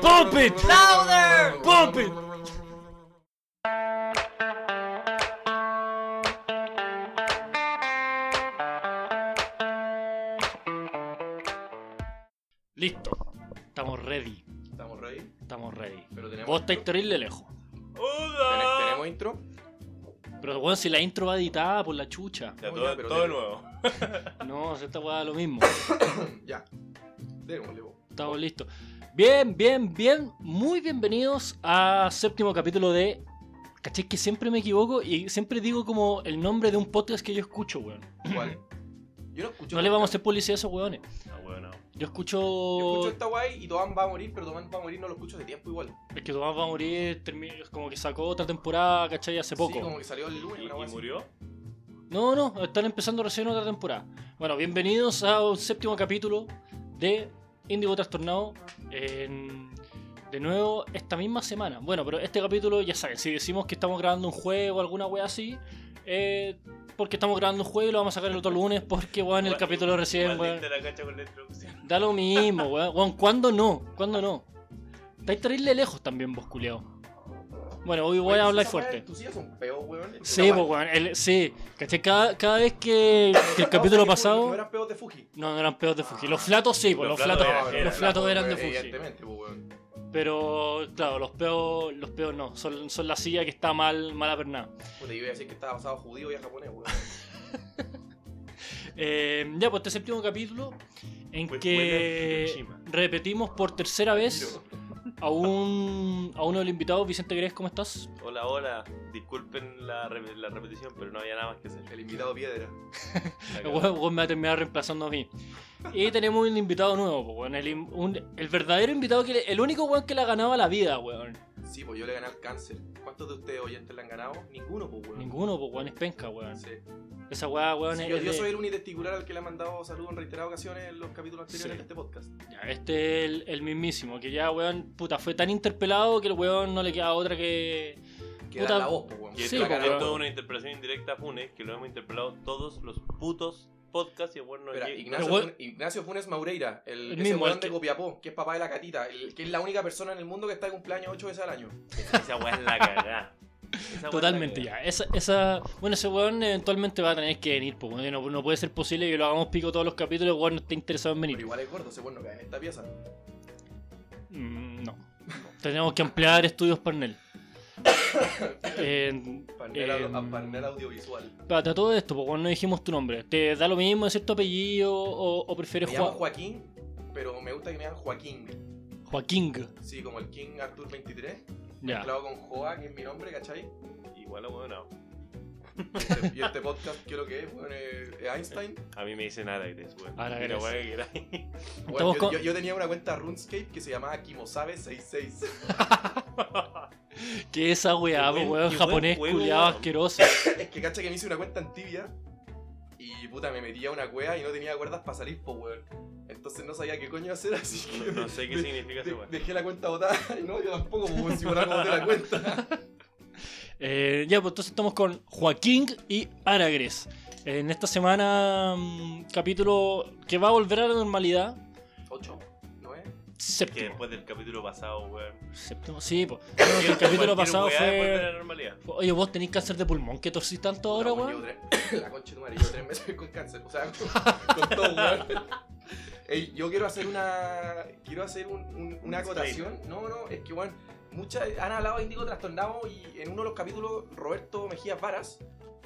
Pump it! Louder! Pump it! Listo. Estamos ready. Estamos ready, Estamos ready. pero tenemos. Vos estáis terrible lejos. ¿Tene- ¡Hola! Ah. ¿Tenemos intro? Pero bueno, si la intro va editada por la chucha. Ya, todo, Hola, pero todo te- nuevo. No, se está guada lo mismo. Ya. Démosle, vos. Estamos listos. Bien, bien, bien. Muy bienvenidos a séptimo capítulo de. ¿Cachai? Que siempre me equivoco y siempre digo como el nombre de un podcast que yo escucho, weón. ¿Cuál? Yo no escucho. No le vamos a hacer publicidad a esos weones. Ah, bueno. Yo Yo escucho. escucho esta guay y Tomán va a morir, pero Tomán va a morir no lo escucho hace tiempo igual. Es que Tomás va a morir, termi- como que sacó otra temporada, ¿cachai? Hace poco. Sí, como que salió el lunes. ¿Y, una y guay así. murió? No, no, están empezando recién otra temporada. Bueno, bienvenidos a un séptimo capítulo de Indigo Trastornado. en- de nuevo, esta misma semana. Bueno, pero este capítulo, ya saben, si decimos que estamos grabando un juego o alguna wea así, eh, porque estamos grabando un juego y lo vamos a sacar el otro lunes, porque, weón, el Igual- capítulo recién, igual weón. diste la cacha con la introducción. Da lo mismo, weón. Weón, ¿cuándo no? ¿Cuándo no? Estáis terrible lejos también, vos, culiao. Bueno, hoy voy Oye, a ¿tú hablar esas weas- fuerte. Tus sillas son peos, weón. Sí, po, pues, weón. el- sí, ¿cachai? Cada, cada vez que, que el capítulo No pasado. eran peos de Fuji. No, no eran peos de Fuji. Los flatos sí, pues, los, Los flatos. flatos eran- los eran- flatos eran de weón, Fuji. Evidentemente, po, weón. Pero, claro, los peos, los peos no. Son, son la silla que está mal, mal apernada. Puta, yo iba a decir que estaba basado judío y a japonés, weón. Eh, ya, pues, este séptimo capítulo en Fue- fue de que Hiroshima. repetimos por tercera vez a, un, a uno de los invitados. Vicente Gres, ¿cómo estás? Hola, hola. Disculpen la, re- la repetición, pero no había nada más que hacer. El invitado piedra. La El cagada. weón- weón me va a terminar reemplazando a mí. Y tenemos un invitado nuevo, po, weón. El, in- un- el verdadero invitado, que le- el único weón que la ganaba la vida, weón. Sí, pues yo le gané al cáncer. ¿Cuántos de ustedes oyentes le han ganado? Ninguno, pues, weón. Ninguno, po, weón, es penca, weón. Sí. Esa weá, weón, Sí, es. yo, es yo de- soy el unitesticular al que le han mandado saludos en reiteradas ocasiones en los capítulos anteriores Sí. de este podcast. Ya, este es el, el mismísimo, que ya, weón, puta, fue tan interpelado que el weón no le queda otra que. Que Puta. da la voz, pues, weón. Y Sí, esto porque- esto es una interpretación indirecta a Funes, que lo hemos interpelado todos los putos podcasts y bueno, Espera, llega- Ignacio, Pero weón- Fun- Ignacio Funes Maureira, El el, ese mismo, weón el de que- Copiapó, que es papá de la catita, el, que es la única persona en el mundo que está de cumpleaños ocho veces al año. Esa weá es la cagada. Esa weá es la Totalmente cagada. ya. Esa, esa, bueno, ese weón eventualmente va a tener que venir, po, weón. No, no puede ser posible que lo hagamos pico todos los capítulos, weón, no esté interesado en Pero venir. igual es gordo, ese weón no cae en esta pieza. Mm, no. Tenemos que ampliar estudios Parnell. Eh, Parnel, Eh, au- parnel audiovisual. Espérate, a todo esto, porque no dijimos tu nombre. ¿Te da lo mismo decir tu apellido o, o Me prefieres llamo Joa- Joaquín, pero me gusta que me digan Joaquín. Joaquín? Sí, como el King Arthur 23, Ya. mezclado con Joa, que es mi nombre, ¿cachai? Igual, weón, no. Y este, y este podcast, quiero que es, weón, es es Einstein. A mí me dicen Aragres, weón. Aragres. Pero, weón, que era- Bueno, Estamos yo, con- yo- yo tenía una cuenta RuneScape que se llamaba Kimosabe66. Que esa weá, Qué buen- po, weón, qué buen japonés juego, culiado weón. asqueroso. es que cacha que me hice una cuenta en tibia y puta me metía a una cueva y no tenía cuerdas para salir, po weón. Entonces no sabía qué coño hacer, así que. No, no sé qué de- significa ese de- weón. Dejé la cuenta botada, no, yo tampoco, po, weón, si por algo boté la cuenta. Eh, ya, pues entonces estamos con Joaquín y Aragres. En esta semana, mm, capítulo que va a volver a la normalidad. 8, 9. Que Séptimo. después del capítulo pasado, weón. Séptimo, sí, pues. El Cualquier capítulo pasado weá después de fue. la normalidad. Oye, vos tenés cáncer de pulmón que torcís tanto ahora, pues, weón. La concha de tu madre, yo tres meses con cáncer, o sea, con, con todo, weón. Ey, yo quiero hacer una. Quiero hacer un- un- una acotación. No, no, es que, weón, muchas han hablado de Indigo Trastornado y en uno de los capítulos Roberto Mejías Varas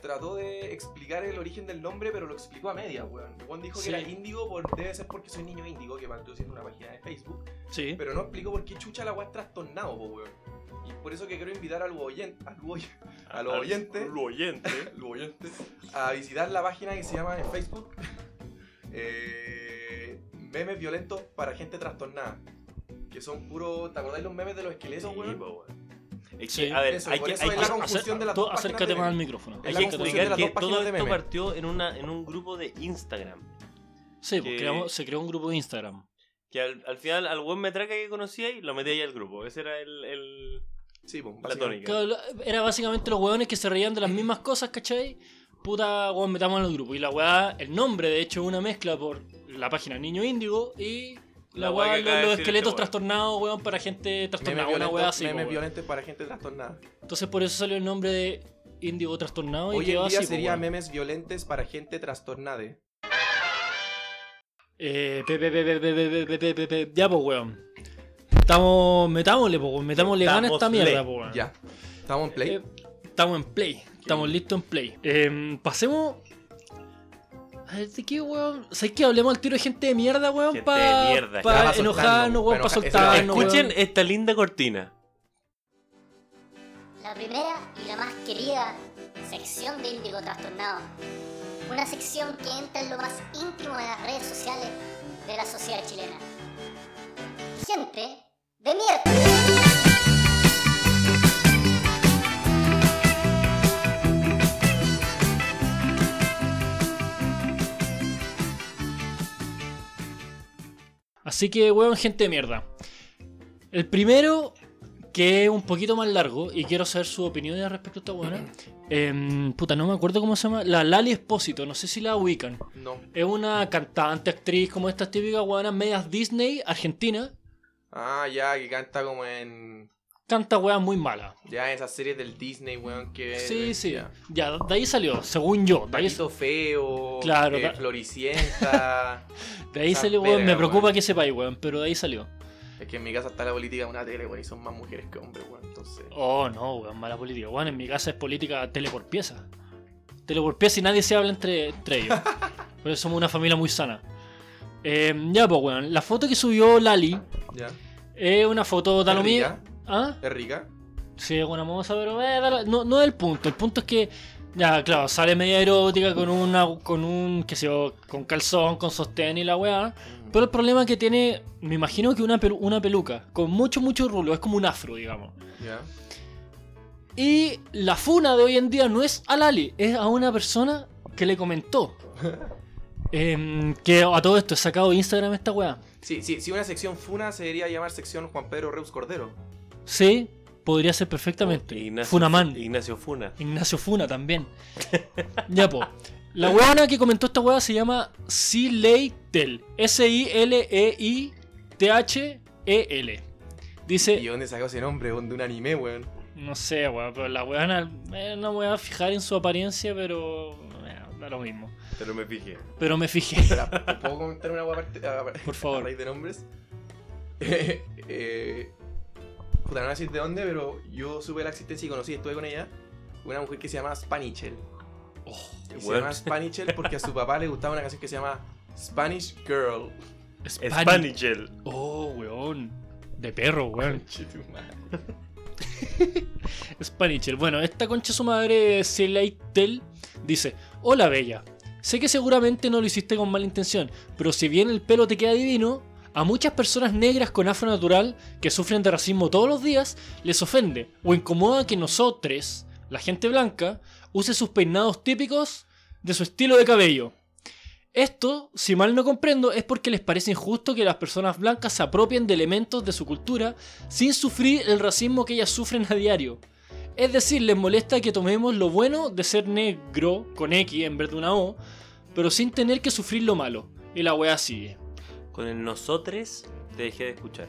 trató de explicar el origen del nombre, pero lo explicó a media, weón. El weón dijo Sí. que era índigo, por, debe ser porque soy niño índigo, que partió siendo una página de Facebook, Sí. pero no explicó por qué chucha la weá es trastornado, po, weón. Y por eso que quiero invitar al oyente, al oyen- A los oyentes. Lo oyente. los oyentes, a visitar la página que se llama en Facebook eh, Memes violentos para gente trastornada. Que son puro. ¿Te acordáis los memes de los esqueletos, Sí, weón? po, weón. Es Sí, que, a ver, eso, hay por que, eso hay es que- la confusión de las Acer- dos páginas acércate de más al meme. micrófono. Es hay la que confusión de explicar las que dos páginas todo de esto meme. partió en, una, en un grupo de Instagram. Sí, pues que- creamos- se creó un grupo de Instagram. Que al, al final al buen metraca que conocía y lo metí ahí al grupo. Ese era el, el, Sí, pues, la tónica. básicamente. Claro, lo- era básicamente los hueones que se reían de las mismas cosas, ¿cachai? Puta, weón, metamos en el grupo. Y la weá, el nombre de hecho es una mezcla por la página Niño Índigo y La weá weá, que acaba los, de los decir esqueletos este weón. trastornados, weón, para gente Memes trastornada, una violentos, weá así. memes po, weón. violentos para gente trastornada. Entonces por eso salió el nombre de Índigo Trastornado y Hoy quedó en día así, po, sería weón. memes violentos para gente trastornada. Eh, pe, pe, pe, pe, pe, pe, pe, pe, pe, pe. Ya, pues, weón. Estamos. Metámosle, pues, weón. Metámosle ganas a esta Metámosle. mierda, pues, weón. Ya. ¿Estamos en play? Eh, estamos en play. Estamos listos en play. Eh, pasemos. A ver, ¿de qué, weón? ¿Sabes qué? Hablemos al tiro de gente de mierda, weón. Gente Para de mierda, ya. Ya, pa' soltarnos, enojarnos, weón. pa' Para enojar- eso- soltarnos. Ah, Escuchen weón. esta linda cortina. La primera y la más querida sección de Índigo Trastornado. Una sección que entra en lo más íntimo de las redes sociales de la sociedad chilena. Gente de mierda. Así que, weón, gente de mierda. El primero, que es un poquito más largo, y quiero saber su opinión al respecto a esta weona. em, puta, no me acuerdo cómo se llama. La Lali Espósito, no sé si la ubican. No. Es una cantante, actriz, como estas típicas weonas medias Disney, argentina. Ah, ya, que canta como en. Canta weas muy malas. Ya, en esas series del Disney, weón, que. Sí, sí. Ya. Ya, de ahí salió, según yo. De ahí, Taquito feo. Claro, eh, ta- Floricienta. de ahí esa salió, weón. Me verga, preocupa weón. que sepáis, weón, pero de ahí salió. es que en mi casa está la política de una tele, weón, y son más mujeres que hombres, weón. Entonces. Oh, no, weón, mala política. Weón, en mi casa es política tele por pieza. Tele por pieza y nadie se habla entre, entre ellos. Pero somos una familia muy sana. Eh, ya, pues, weón. La foto que subió Lali Ya. es una foto, da lo ¿Es mismo- rica? ¿Ah? ¿Es rica? Sí, es una moza, pero eh, da lo- no, no es el punto. El punto es que, ya, claro, sale media erótica con una, con un, qué sé yo, con calzón, con sostén y la weá. Mm, Pero el problema que tiene, me imagino que una, pelu- una peluca, con mucho, mucho rulo, es como un afro, digamos. Ya. Y la funa de hoy en día no es a Lali, es a una persona que le comentó. Em, que a todo esto he sacado de Instagram esta weá. Sí, sí, sí, una sección Funa se debería llamar sección Juan Pedro Reus Cordero. Sí, podría ser perfectamente. Oh, Ignacio, Funaman. Ignacio Funa. Ignacio Funa también. ya, po. La weona que comentó esta weá se llama Sileitel. E S-I-L-E-I-T-H-E-L. ¿Y E Dice, dónde sacó ese nombre, weón? De un anime, weón. no sé, weón, pero la weona. eh, no me voy a fijar en su apariencia, pero. eh, da lo mismo. Pero me fijé. Pero me fijé. Espera, ¿p- ¿Puedo comentar una hueá aparte? a- a- Por favor. A raíz de nombres. Eh, eh, puta, no voy a decir de dónde, pero yo supe la existencia y conocí, estuve con ella, una mujer que se llama Spanichel. Oh, Y se Bueno. llama Spanichel porque a su papá le gustaba una canción que se llama Spanish Girl. Spani- Spanichel. Oh, weón. De perro, weón. Conchetumare. Spanichel. Bueno, esta concha su madre, Seleitel, dice: Hola, bella. Sé que seguramente no lo hiciste con mala intención, pero si bien el pelo te queda divino, a muchas personas negras con afro natural que sufren de racismo todos los días les ofende o incomoda que nosotros, la gente blanca, use sus peinados típicos de su estilo de cabello. Esto, si mal no comprendo, es porque les parece injusto que las personas blancas se apropien de elementos de su cultura sin sufrir el racismo que ellas sufren a diario. Es decir, les molesta que tomemos lo bueno de ser negro con X en vez de una O, pero sin tener que sufrir lo malo. Y la weá sigue. Con el nosotres te dejé de escuchar.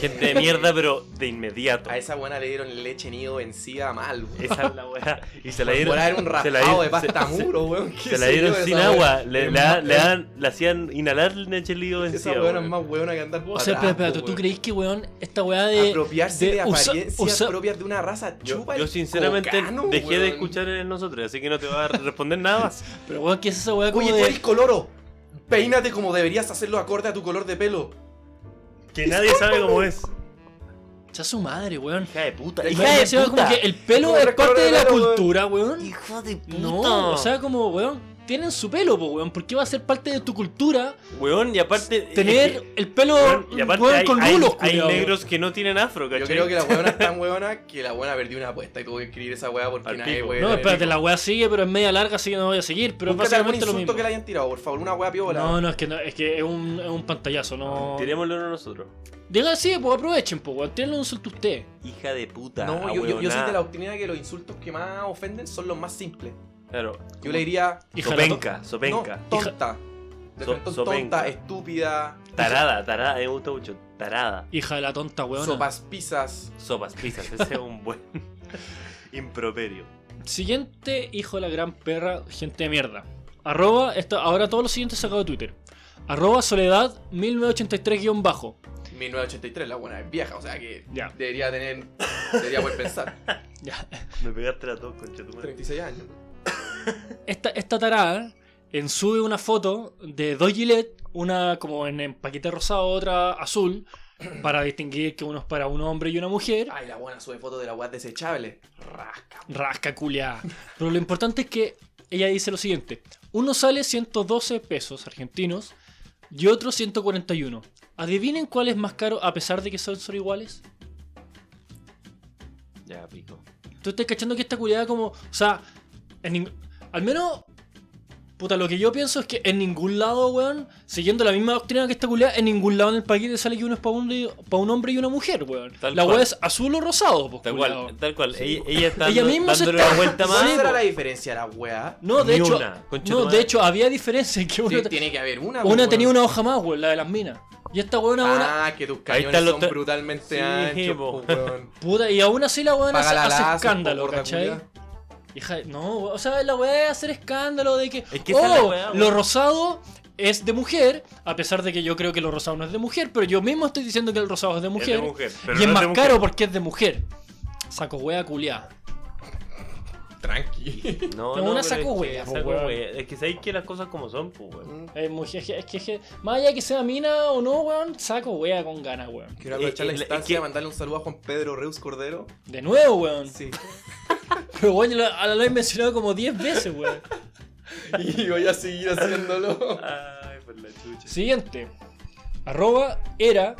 Gente de mierda, pero de inmediato. A esa buena le dieron leche nido vencida mal, weón. Esa es la weá. Y se la Por dieron. volar se un la raspado de dieron- se- pasta muro, weón. ¿Qué Se la sé dieron yo de sin esa agua. weá? Le, Es le- más- le dan- le hacían inhalar el nachelido Esa vencido. weona es más weona que andar O pa' sea, espera, atrás, espera, po, ¿tú, tú weón. creís que weón esta weá de. apropiarse de de, usa- apariencias usa- propias de una raza Yo, chupa yo el sinceramente cocano, dejé de weón. escuchar en nosotros, así que no te voy a responder nada más. Pero weón, ¿qué es esa weá como Oye, tú de. eres coloro. Peínate como deberías hacerlo acorde a tu color de pelo. Que nadie sabe cómo es. Cha su madre, weón. Hija de puta. Weón, Hija de encima como puta. que el pelo Como es recorrer parte de el la pelo, weón. cultura, weón. Hijo de puta. No, o sea, como, weón, tienen su pelo, po, weón. ¿Por qué va a ser parte de tu cultura Weón, y aparte. tener el pelo Weón, y aparte weón, hay, con hay- rulos, hay culiao, weón? negros que no tienen afro, ¿cachai? Yo creo que la weona es tan weona que la weona perdió una apuesta y tuvo que escribir esa weá porque Al nadie pico. weón. No, espérate, la weá sigue, pero es media larga, así que no voy a seguir. Pero es Búscate algún básicamente lo insulto mismo. que le hayan tirado, por favor, una weá piola. No, no, es que, no, es, que es, un, es un pantallazo, no. Tirémoslo uno a nosotros. Diga sí, pues aprovechen, pues, weón. Tírenle un insulto a usted. Hija de puta. No, yo, yo, yo soy ahueonada. de la opinión de que los insultos que más ofenden son los más simples. Claro. Yo le diría, Hija de la Sopenca, sopenca. no, tonta. De So- frentón sopenca. tonta, estúpida, Tarada, tarada, a mí me gusta mucho. Tarada. Hija de la tonta, weón. sopas pisas. Sopas, pizzas, ese es un buen improperio. Siguiente hijo de la gran perra, gente de mierda. Arroba, esto, ahora todos los siguientes sacados de Twitter. Arroba Soledad 1983-bajo. 1983, la buena es vieja, o sea que Ya. debería tener. Debería poder pensar. Ya. Me pegaste la tos, conchetumare. 36 años. Esta, esta tarada en sube una foto de dos Gillette, una como en, en paquete rosado, otra azul, para distinguir que uno es para un hombre y una mujer. Ay, la buena sube fotos de la weá desechable. Rasca. Rasca culia. Pero lo importante es que ella dice lo siguiente: uno sale 112 pesos argentinos y otro 141. Adivinen cuál es más caro a pesar de que son, son iguales. Ya, pico. Tú estás cachando que esta culiada como. O sea, en ning- al menos. Puta, lo que yo pienso es que en ningún lado, weón, siguiendo la misma doctrina que esta culiada, en ningún lado en el paquete sale que uno es para un, pa' un hombre y una mujer, weón. Tal la cual. weá es azul o rosado, pues, Tal culiao. cual, tal cual. Ella, ella está Ella dando- misma se dándole está- una vuelta ¿Cuál Sí, más. será po. la diferencia, la weá? No, de Ni hecho. una, concha tu no, de madre. hecho, había diferencia en que uno. Sí, tiene que haber una. po, Una weón. tenía una hoja más, weón, la de las minas. Y esta weón una. Ah, que tus Ahí cañones están los son tra- brutalmente Sí, anchos, po. po, weón. Puta, y aún así la weón hace, Paga la hace lazo, escándalo, po, gorda ¿cachai? culia. Hija, no, weón, o sea, la weá de hacer escándalo de que. Es que esa es la oh, weá, weón. lo rosado es de mujer, a pesar de que yo creo que lo rosado no es de mujer, pero yo mismo estoy diciendo que el rosado es de mujer. Es de mujer, pero y es no más de mujer. caro porque es de mujer. Saco weá culiada. Tranqui. No, Pero no, una pero saco es que hueá, po, saco weón. hueá. Es que sabéis que las cosas como son, pues, weón. Es mujer, es que, es que- es que- más allá que sea mina o no, weón, saco weá con ganas, weón. Eh, Quiero aprovechar la eh, la- instancia que- de mandarle un saludo a Juan Pedro Reus Cordero. De nuevo, weón. Sí. Pero weón, yo lo, lo he mencionado como 10 veces, weón. y voy a seguir haciéndolo. Ay, por la chucha. Siguiente. Arroba era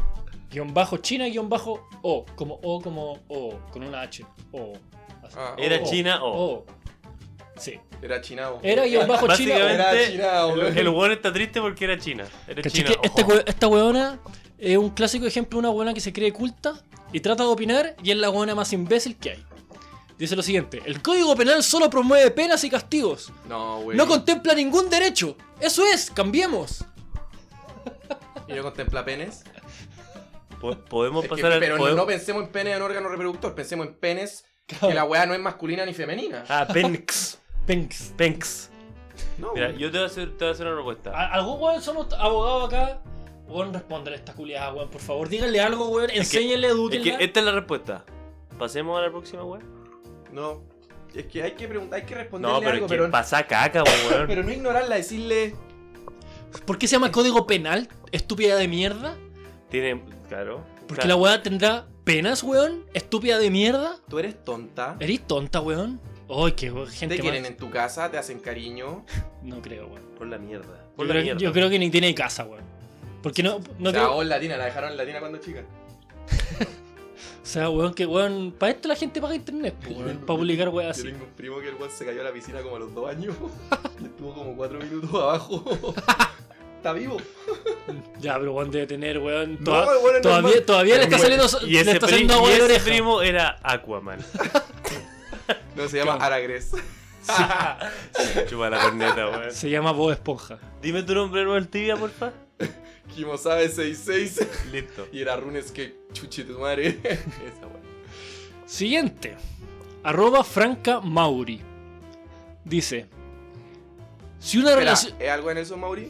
guión bajo china guión bajo o. Como o como o. Con una H. O. Así. Ah, Era oh. China o. Sí. Era chinado. Era guión bajo china o. Era Básicamente, China, weón. el, el weón está triste porque era China. Era ¿Cachai China. que este ojo. hue- esta weona es un clásico ejemplo de una weona que se cree culta y trata de opinar y es la weona más imbécil que hay. Dice lo siguiente, el código penal solo promueve penas y castigos, No, güey. no contempla ningún derecho. Eso es, cambiemos. Y no contempla penes. Po- podemos Es que- pasar al. pero podemos- no pensemos en penes en órgano reproductor, pensemos en penes que la weá no es masculina ni femenina. Ah, Penx. Penks. Penx. No, Mira, güey. yo te voy a hacer, te voy a hacer una propuesta. ¿Al- ¿Algún weón somos abogados acá? Weón, responder esta culiada, weón, por favor. Díganle algo, weón. que- Enséñenle, Es edúquenla. que esta es la respuesta. Pasemos a la próxima, weón. No. Es que hay que preguntar, hay que responderle No, pero algo, es que pero, pasa caca, weón. pero no ignorarla, decirle. ¿Por qué se llama código penal? Estúpida de mierda. Tiene. Claro. Porque claro. la weá tendrá penas, weón. Estúpida de mierda. Tú eres tonta. ¿Eres tonta, weón? Ay, qué weón, gente Te quieren más- en tu casa, te hacen cariño. No creo, weón. Por la mierda. Yo Por la creo, mierda. yo creo que ni tiene casa, weón. Porque no, no o sea, creo- o en latina, la dejaron en latina cuando chica. O sea, weón, que weón. Para esto la gente paga internet, pues, weón. Para publicar Ah, weón Yo así. tengo un primo que el weón se cayó a la piscina como a los dos años. y estuvo como cuatro minutos abajo. Está vivo. Ya, pero weón debe tener, weón. No, toda- el weón es todavía, normal. todavía le está saliendo. Y ese, le está pri- saliendo agua y de ese oreja. primo era Aquaman. No, se llama Claro. Aragres. Chupa la corneta, weón. Se llama Bob Esponja. Dime tu nombre nuevo al tibia, porfa. Kimo sabe 66. Listo. Y era RuneScape, chuche tu madre. Esa weá. Siguiente. Arroba Franca Mauri. Dice. Si una Espera, relación. ¿es algo en eso, Mauri?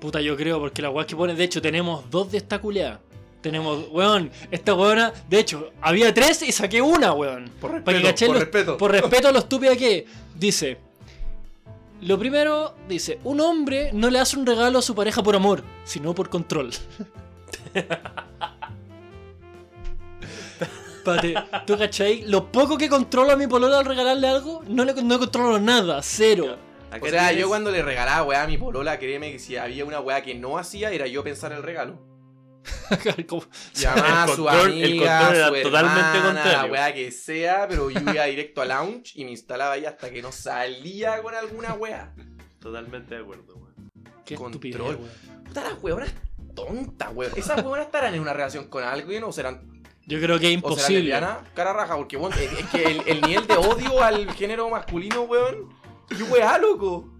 Puta, yo creo, porque la weá que pone, de hecho, tenemos dos de esta culeada. Tenemos, weón, esta weona, de hecho, había tres y saqué una, weón. Por respeto, Para que cachen por lo- respeto. Por respeto a lo estúpida que es. Dice. Lo primero, dice, un hombre no le hace un regalo a su pareja por amor, sino por control. Pate, ¿tú cachai? Lo poco que controlo a mi polola al regalarle algo, no le no controlo nada, cero. Acá O sea, tienes- yo cuando le regalaba weá a mi polola, créeme que si había una weá que no hacía, era yo pensar el regalo. Como- Llamaba El a su control- el amiga, control era su totalmente hermana, la contrario. weá que sea, pero yo iba directo a lounge y me instalaba ahí hasta que no salía con alguna weá. Totalmente de acuerdo, weón. Qué estupidez, Control. weón. Puta, las weonas tontas, weón. Esas weonas estarán en una relación con alguien o serán, Yo creo que es o serán imposible. lesbianas, cara raja, porque weón, es es que el, el nivel de odio al género masculino, weón, qué weá, loco.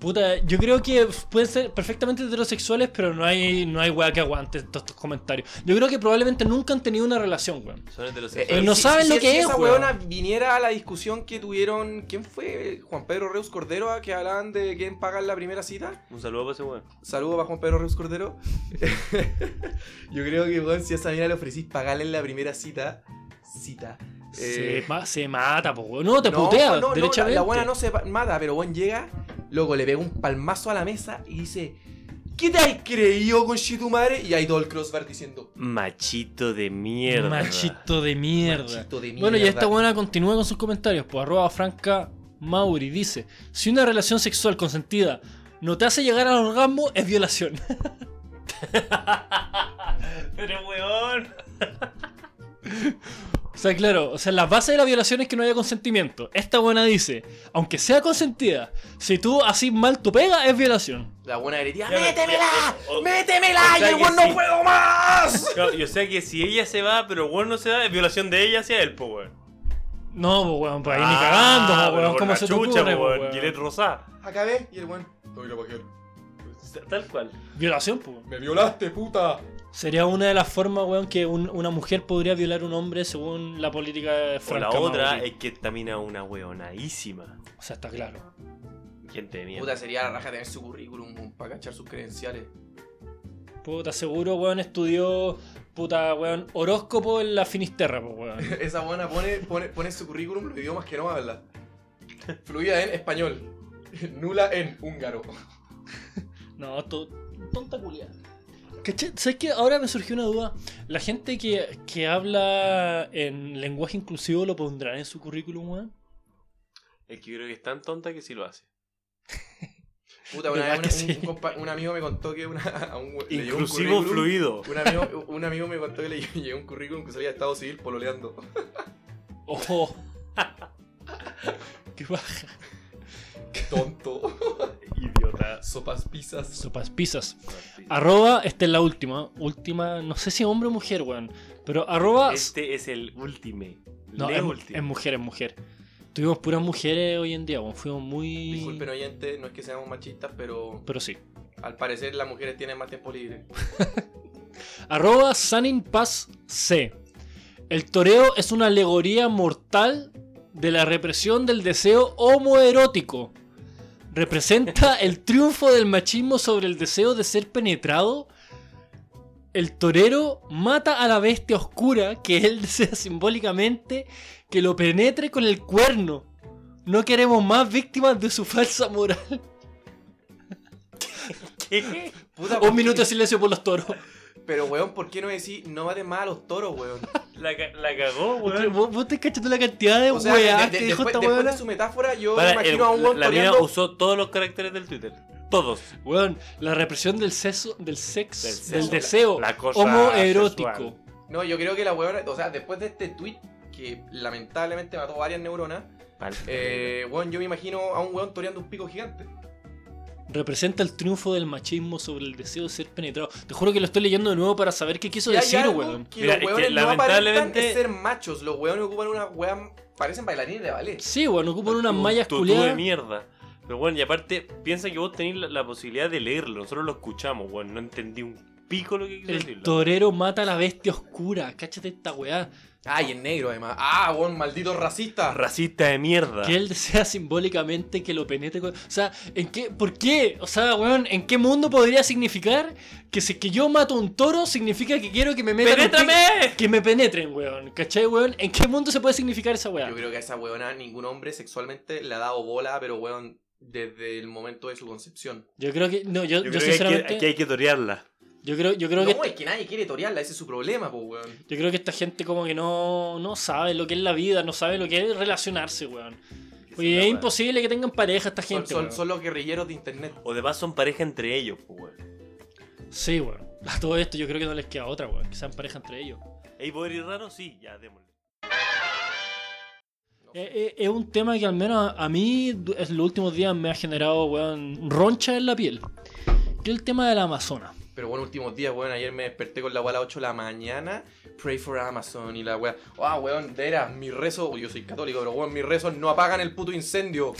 Puta, yo creo que pueden ser perfectamente heterosexuales, pero no hay, no hay weá que aguante todos estos comentarios. Yo creo que probablemente nunca han tenido una relación, weón. Son Eh, heterosexuales. no Si- saben si- lo si que es, esa weón. weona viniera a la discusión que tuvieron. ¿Quién fue? Juan Pedro Reus Cordero, ah, que hablaban de quién paga en la primera cita. Un saludo para ese weón. Saludos para Juan Pedro Reus Cordero. Yo creo que, weón, si a esa mina le ofrecís pagarle en la primera cita. Cita. eh, se, ma- se mata, po, weón. No, te no, putea, no, no, derechamente. la, la buena no se pa- mata, pero Juan llega, luego le pega un palmazo a la mesa y dice: ¿Qué te has creído con tu madre? Y hay todo el crossbar diciendo: Machito de mierda. Machito de mierda. "Machito de Bueno, y mierda". esta buena continúa con sus comentarios. Pues arroba franca Mauri dice: Si una relación sexual consentida no te hace llegar al orgasmo, es violación. Pero weón. O sea, claro, o sea, la base de la violación es que no haya consentimiento. Esta buena dice, aunque sea consentida, si tú así mal tu pega, es violación. La buena herida. Ya, ¡Métemela! ya, ya, o- ¡Métemela! o ¡Y sea el que weón no sí. puedo más! yo sé que si ella se va, pero el weón no se va, es violación de ella hacia él, po weón. No, pues weón, pues ahí ni Ah, cagando, pues, pero weón, por ¿cómo la se te chucha, ocurre, po, pues, weón. weón? Gillette Rosá. Acabé y el weón. Doy la paquera. Tal cual. Violación, pues. weón. ¡Me violaste, puta! Sería una de las formas, weón, que un- una mujer podría violar a un hombre según la política de O Franca la otra Mauri. es que también es una weonadísima. O sea, está claro. Gente de mierda. Puta, sería la raja tener su currículum para cachar sus credenciales. Puta, seguro, weón, estudió, puta, weón, horóscopo en la Finisterra, pues, weón. Esa buena pone, pone, pone su currículum los idiomas que no habla. Fluida en español. Nula en húngaro. No, to- tonta culiada. ¿Cachai? ¿Sabes qué? Ahora me surgió una duda. ¿La gente que, que habla en lenguaje inclusivo lo pondrá en su currículum, weón? Es que yo creo que es tan tonta que sí lo hace. Puta, una ¿Verdad vez que un, sí? un compa- un amigo me contó que una, a un we- le llegó un Inclusivo currículum. fluido. Un amigo, un amigo me contó que le llegó un currículum que salía de Estado Civil pololeando. ¡Ojo! ¡Qué baja! Tonto. Idiota. Sopas pizzas. Sopas pisas. Ah, Arroba, esta es la última. Última, no sé si hombre o mujer, weón. Pero arroba. Este es el ultimate. no, Le es, ultimate. es mujer, es mujer. Tuvimos puras mujeres hoy en día, weón. Fuimos muy. Disculpen oyentes, no es que seamos machistas, pero Pero sí. al parecer las mujeres tienen más tiempo libre. Arroba Saninpaz C. El toreo es una alegoría mortal de la represión del deseo homoerótico. Representa el triunfo del machismo sobre el deseo de ser penetrado. El torero mata a la bestia oscura que él desea simbólicamente que lo penetre con el cuerno. No queremos más víctimas de su falsa moral. ¿Qué? Puta, ¿por Un minuto de silencio por los toros. qué? Pero weón, ¿por qué no decís no mates más a los toros, weón? La, ca- la cagó, Pero weón. ¿Vos, vos te cachando la cantidad de O sea, weas de- de- que dijo después, esta después weona? de su metáfora, yo Para, me imagino el- a un weón la mina toreando. usó todos los caracteres del Twitter. Todos. Weón, la represión del sexo, del sexo, del, Del sexo. deseo La cosa homoerótico. sexual. No, yo creo que la weona, o sea, después de este tweet que lamentablemente mató varias neuronas, Vale. eh, weón, yo me imagino a un weón toreando un pico gigante. Representa el triunfo del machismo sobre el deseo de ser penetrado. Te juro que lo estoy leyendo de nuevo para saber qué quiso Y hay decir, algo weón. Que Mira, los es que weones no aparentan lamentablemente- es ser machos, los weones ocupan unas weas, parecen bailarines de ballet. Sí, weón, ocupan unas Un mallas tutú de culiadas. mierda. Pero bueno, y aparte, piensa que vos tenés la, la posibilidad de leerlo. Nosotros lo escuchamos, weón. No entendí un pico lo que quiso El decirlo. torero mata a la bestia oscura. Cáchate esta weá. Ay, en negro además. Ah, weón, maldito racista. Racista de mierda. Que él desea simbólicamente que lo penetre con... O sea, ¿en qué? ¿Por qué? O sea, weón, ¿en qué mundo podría significar que si que yo mato a un toro significa que quiero que me metan un ¡Penétrame! pico- Que me penetren, weón. ¿Cachai, weón? ¿En qué mundo se puede significar esa weá? Yo creo que a esa weona ningún hombre sexualmente le ha dado bola, pero weón, desde el momento de su concepción. Yo creo que. No, yo, Yo creo yo que hay que- sinceramente. que hay que torearla. Yo creo, yo creo no, que. es que nadie quiere torearla, ese es su problema, pues weón. Yo creo que esta gente como que no, no sabe lo que es la vida, no sabe lo que es relacionarse, weón. Oye, es imposible que tengan pareja esta Son, gente. son- weón. son los guerrilleros de internet. O de paso son pareja entre ellos, pues, weón. Sí, weón. A todo esto yo creo que no les queda otra, weón. Que sean pareja entre ellos. ¿Ey, poder ir raro? Sí, ya, démosle. No sé. Eh, eh, es un tema que al menos a, a mí du- en los últimos días me ha generado, weón, roncha en la piel. Que es el tema de la Amazona. Pero bueno, últimos días, weón, ayer me desperté con la weá a las 8 de la mañana. Pray for Amazon y la weá. Ah, weón, de veras, mis rezos. uy, Yo soy católico, pero weón, mis rezos no apagan el puto incendio.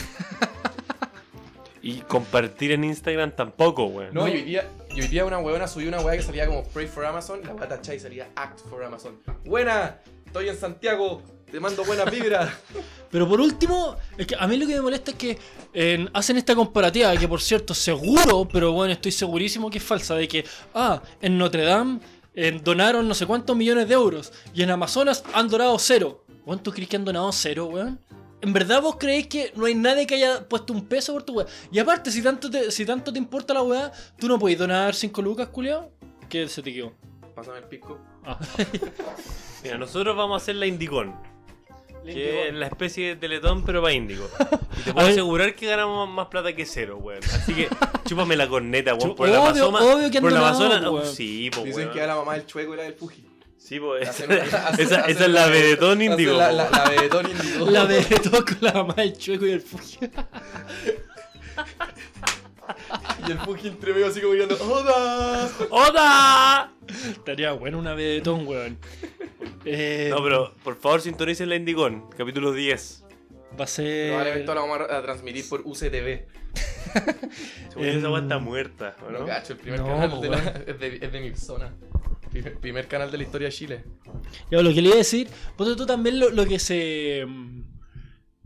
Y compartir en Instagram tampoco, weón. No, y hoy día, y hoy día una weona subió una weá que salía como Pray for Amazon, la pata chay salía Act for Amazon. Buena, estoy en Santiago, te mando buenas vibras. Pero por último, es que a mí lo que me molesta es que eh, hacen esta comparativa, que por cierto, seguro, pero bueno, estoy segurísimo que es falsa, de que, ah, en Notre Dame eh, donaron no sé cuántos millones de euros y en Amazonas han donado cero. Weón, ¿tú crees que han donado cero, weón? ¿En verdad vos creéis que no hay nadie que haya puesto un peso por tu weá? Y aparte, si tanto te, si tanto te importa la weá, ¿tú no podés donar 5 lucas, culiao? ¿Qué se te quedó? Pásame el pico. Ah. Mira, nosotros vamos a hacer la Indigón. Que es la especie de Teletón, pero para Índigo. Y te A puedo ver. asegurar que ganamos más plata que cero, weón. Así que chúpame la corneta, weón. Chu- Por la obvio- Amazonas. obvio que han por la donado, Amazonas. po, no, weón. sí, po, Dicen Oh, weón. que era la mamá del chueco y la del puji. Sí, po, esa, Hacen una- hacen- esa- hacen esa es la una- Vedetón hacen Índigo. La, po. la, la vedetón índigo. La de todo con la mamá del chueco y el fuji. Y el puji entre medio así como mirando, ¡Hola! ¡Oda! Estaría bueno una vedetón, weón. Eh, No, pero por favor sintonicen la Indigón, capítulo 10. Va a ser. Probablemente la vamos a a transmitir por UCTV. Según yo, Em, esa weá está muerta, ¿o No, no? cacho, el primer No, canal po, de la- weón. es, de, es de mi zona. Primer, primer canal de la historia de Chile. Ya, lo que le iba a decir, ponte tú también lo, lo que se. mm,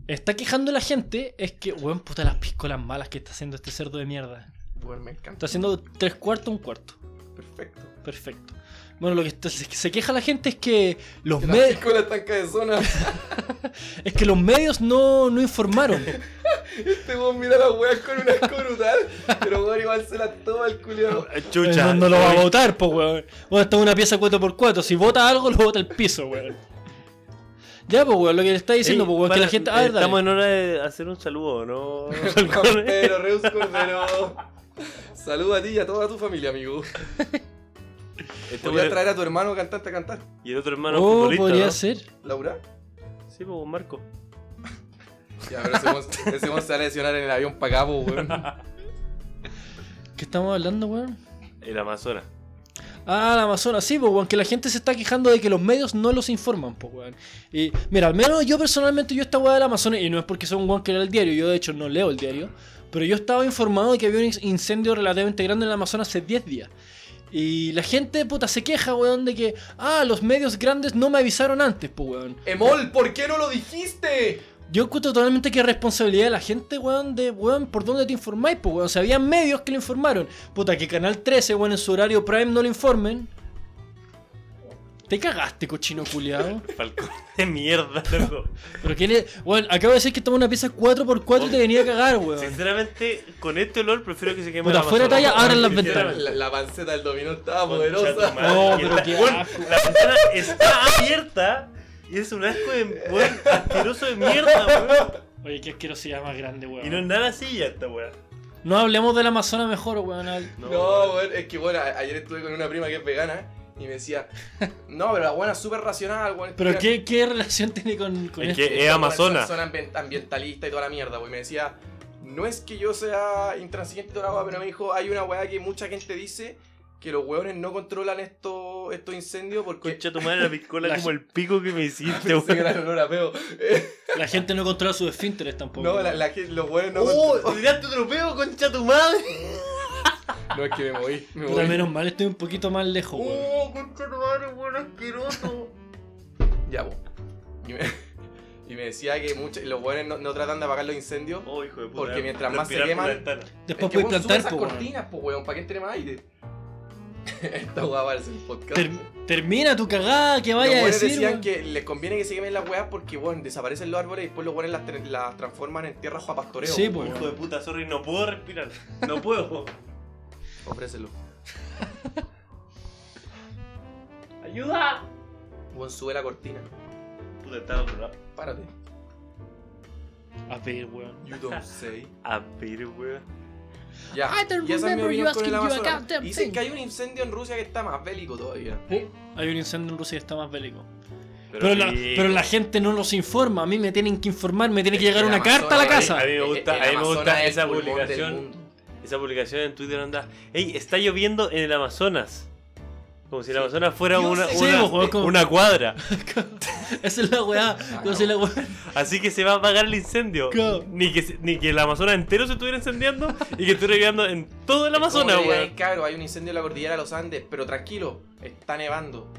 Está quejando la gente es que, weón, puta las piscolas malas que está haciendo este cerdo de mierda. Weón, me encanta. Está haciendo tres cuartos, un cuarto. Perfecto. Perfecto. Bueno, lo que está- se se queja la gente es que los, Que me- La película está cabezona. es que los medios no, no informaron. Eh, Este weón mira a las weas con una asco brutal. Pero weón igual se la toma el culiado. Eh, Eh, Chucha. no, no lo va a weón. votar, pues, weón. Bueno, esta es una pieza 4x4. Si vota algo, lo vota al piso, weón. Ya, pues, weón, lo que le está diciendo, Ey, pues, weón, que para- la gente. A ver, dale. Estamos en hora de hacer un saludo, ¿no? Juan Pedro Reus Cordero. Saluda a ti y a toda tu familia, amigo. Este Podrías weón- traer a tu hermano cantante a cantar. Y el otro hermano oh, futbolista, podría ¿no? ser. ¿Laura? Sí, pues Marco. Ya, pero ese weón- ese weón se va a lesionar en el avión para acá, po, weón. ¿Qué estamos hablando, weón? El Amazonas. Ah, la Amazonas, sí, pues, weón, que la gente se está quejando de que los medios no los informan, pues, weón. Y mira, al menos yo personalmente, yo esta weá de la Amazonas, y no es porque soy un weón que lea el diario, yo de hecho no leo el diario, pero yo estaba informado de que había un inc- incendio relativamente grande en la Amazonas hace 10 días. Y la gente, puta, se queja, weón, de que, ah, los medios grandes no me avisaron antes, pues, weón. Emol, ¿por qué no lo dijiste? Yo encuentro totalmente que es responsabilidad de la gente, weón, de, weón, por dónde te informáis, pues, weón. O sea, había medios que lo informaron. Puta, que Canal 13, weón, en su horario prime no lo informen. Te cagaste, cochino culiado. Falcón de mierda, loco. Pero quién es. Weón, acabo de decir que estaba una pieza 4x4 y te venía a cagar, weón. Sinceramente, con este olor prefiero que se queme Puta, el fuera Amazonas. talla, abran las Sinceramente. ventanas. La, la panceta del dominó estaba Concha tu poderosa. madre, No, que pero la- qué Bueno, asco. La ventana está abierta y es un asco de weón, asqueroso de mierda, weón. Oye, qué asquerosidad más grande, Y no es weón. nada así ya esta weá. No hablemos del Amazonas mejor, weón. al- No, weón, es que bueno, a- ayer estuve con una prima que es vegana y me decía, no, pero la buena es súper racional, weón. Pero Mira, qué, qué relación tiene con, con Es esto. que es esta Amazona. persona ambi- ambientalista y toda la mierda, weón. Y me decía, no es que yo sea intransigente y toda la weá, pero me dijo, hay una weá que mucha gente dice que los weones no controlan esto, estos incendios porque... Concha tu madre la piscola La como el pico que me hiciste, Pensé que weón. era el olor a peo. La gente no controla sus esfínteres tampoco. No, weón. la, la gente- los weones no ¡Oh! controlan- ¡Tiraste otro peo, concha tu madre! No, es que me moví, me Puta, moví. menos mal, estoy un poquito más lejos, weón. ¡Oh, concha tu madre, weón, asqueroso! Ya, po. Y me, y me decía que mucha- los hueones no, no tratan de apagar los incendios. Oh, hijo de puta. Porque mientras más se Respirar por la queman- ventana. Después que, puedes weón, sube plantar, esas po, weón. cortinas, po, weón, ¿para qué entre más aire? Esta weá parece un podcast. Ter- termina tu cagada que los vaya a hueones decir. decían weón. que les conviene que se quemen las weas porque, weón, desaparecen los árboles y después los hueones las, tra- las transforman en tierras para pastoreo. Sí, pues. po, weón. Oh, Hijo de weón. puta, sorry, no puedo respirar. No puedo. Ofrécelo. ¡Ayuda! Weón, sube la cortina. Puta, está al otro lado. Párate. A ver, weón. You don't say. A ver, Ah, weón. Ya. I don't Y esa es mi remember you opinión con el asking you a Amazonas. goddamn Dicen thing. que hay un incendio en Rusia que está más bélico todavía. Hay un incendio en Rusia que está más bélico. Pero, la, pero la gente no los informa. A mí me tienen que informar, me tiene que llegar El una Amazonas, carta a la eh, casa. A mí me gusta- a mí me Amazonas gusta es el esa pulmón del publicación. mundo. Esa publicación en Twitter anda. ¡Ey! Está lloviendo en el Amazonas. Como si el Sí. Amazonas fuera Yo una, sé- Sí, una, weón, como- una cuadra. Esa es la weá. Entonces la weá. Así que se va a apagar el incendio. Claro. Ni que, se- ni que el Amazonas entero se estuviera incendiando y que estuviera viviendo en todo el Amazonas, Como que digan, weón. Cabro, hay un incendio en la cordillera de los Andes, pero tranquilo, está nevando.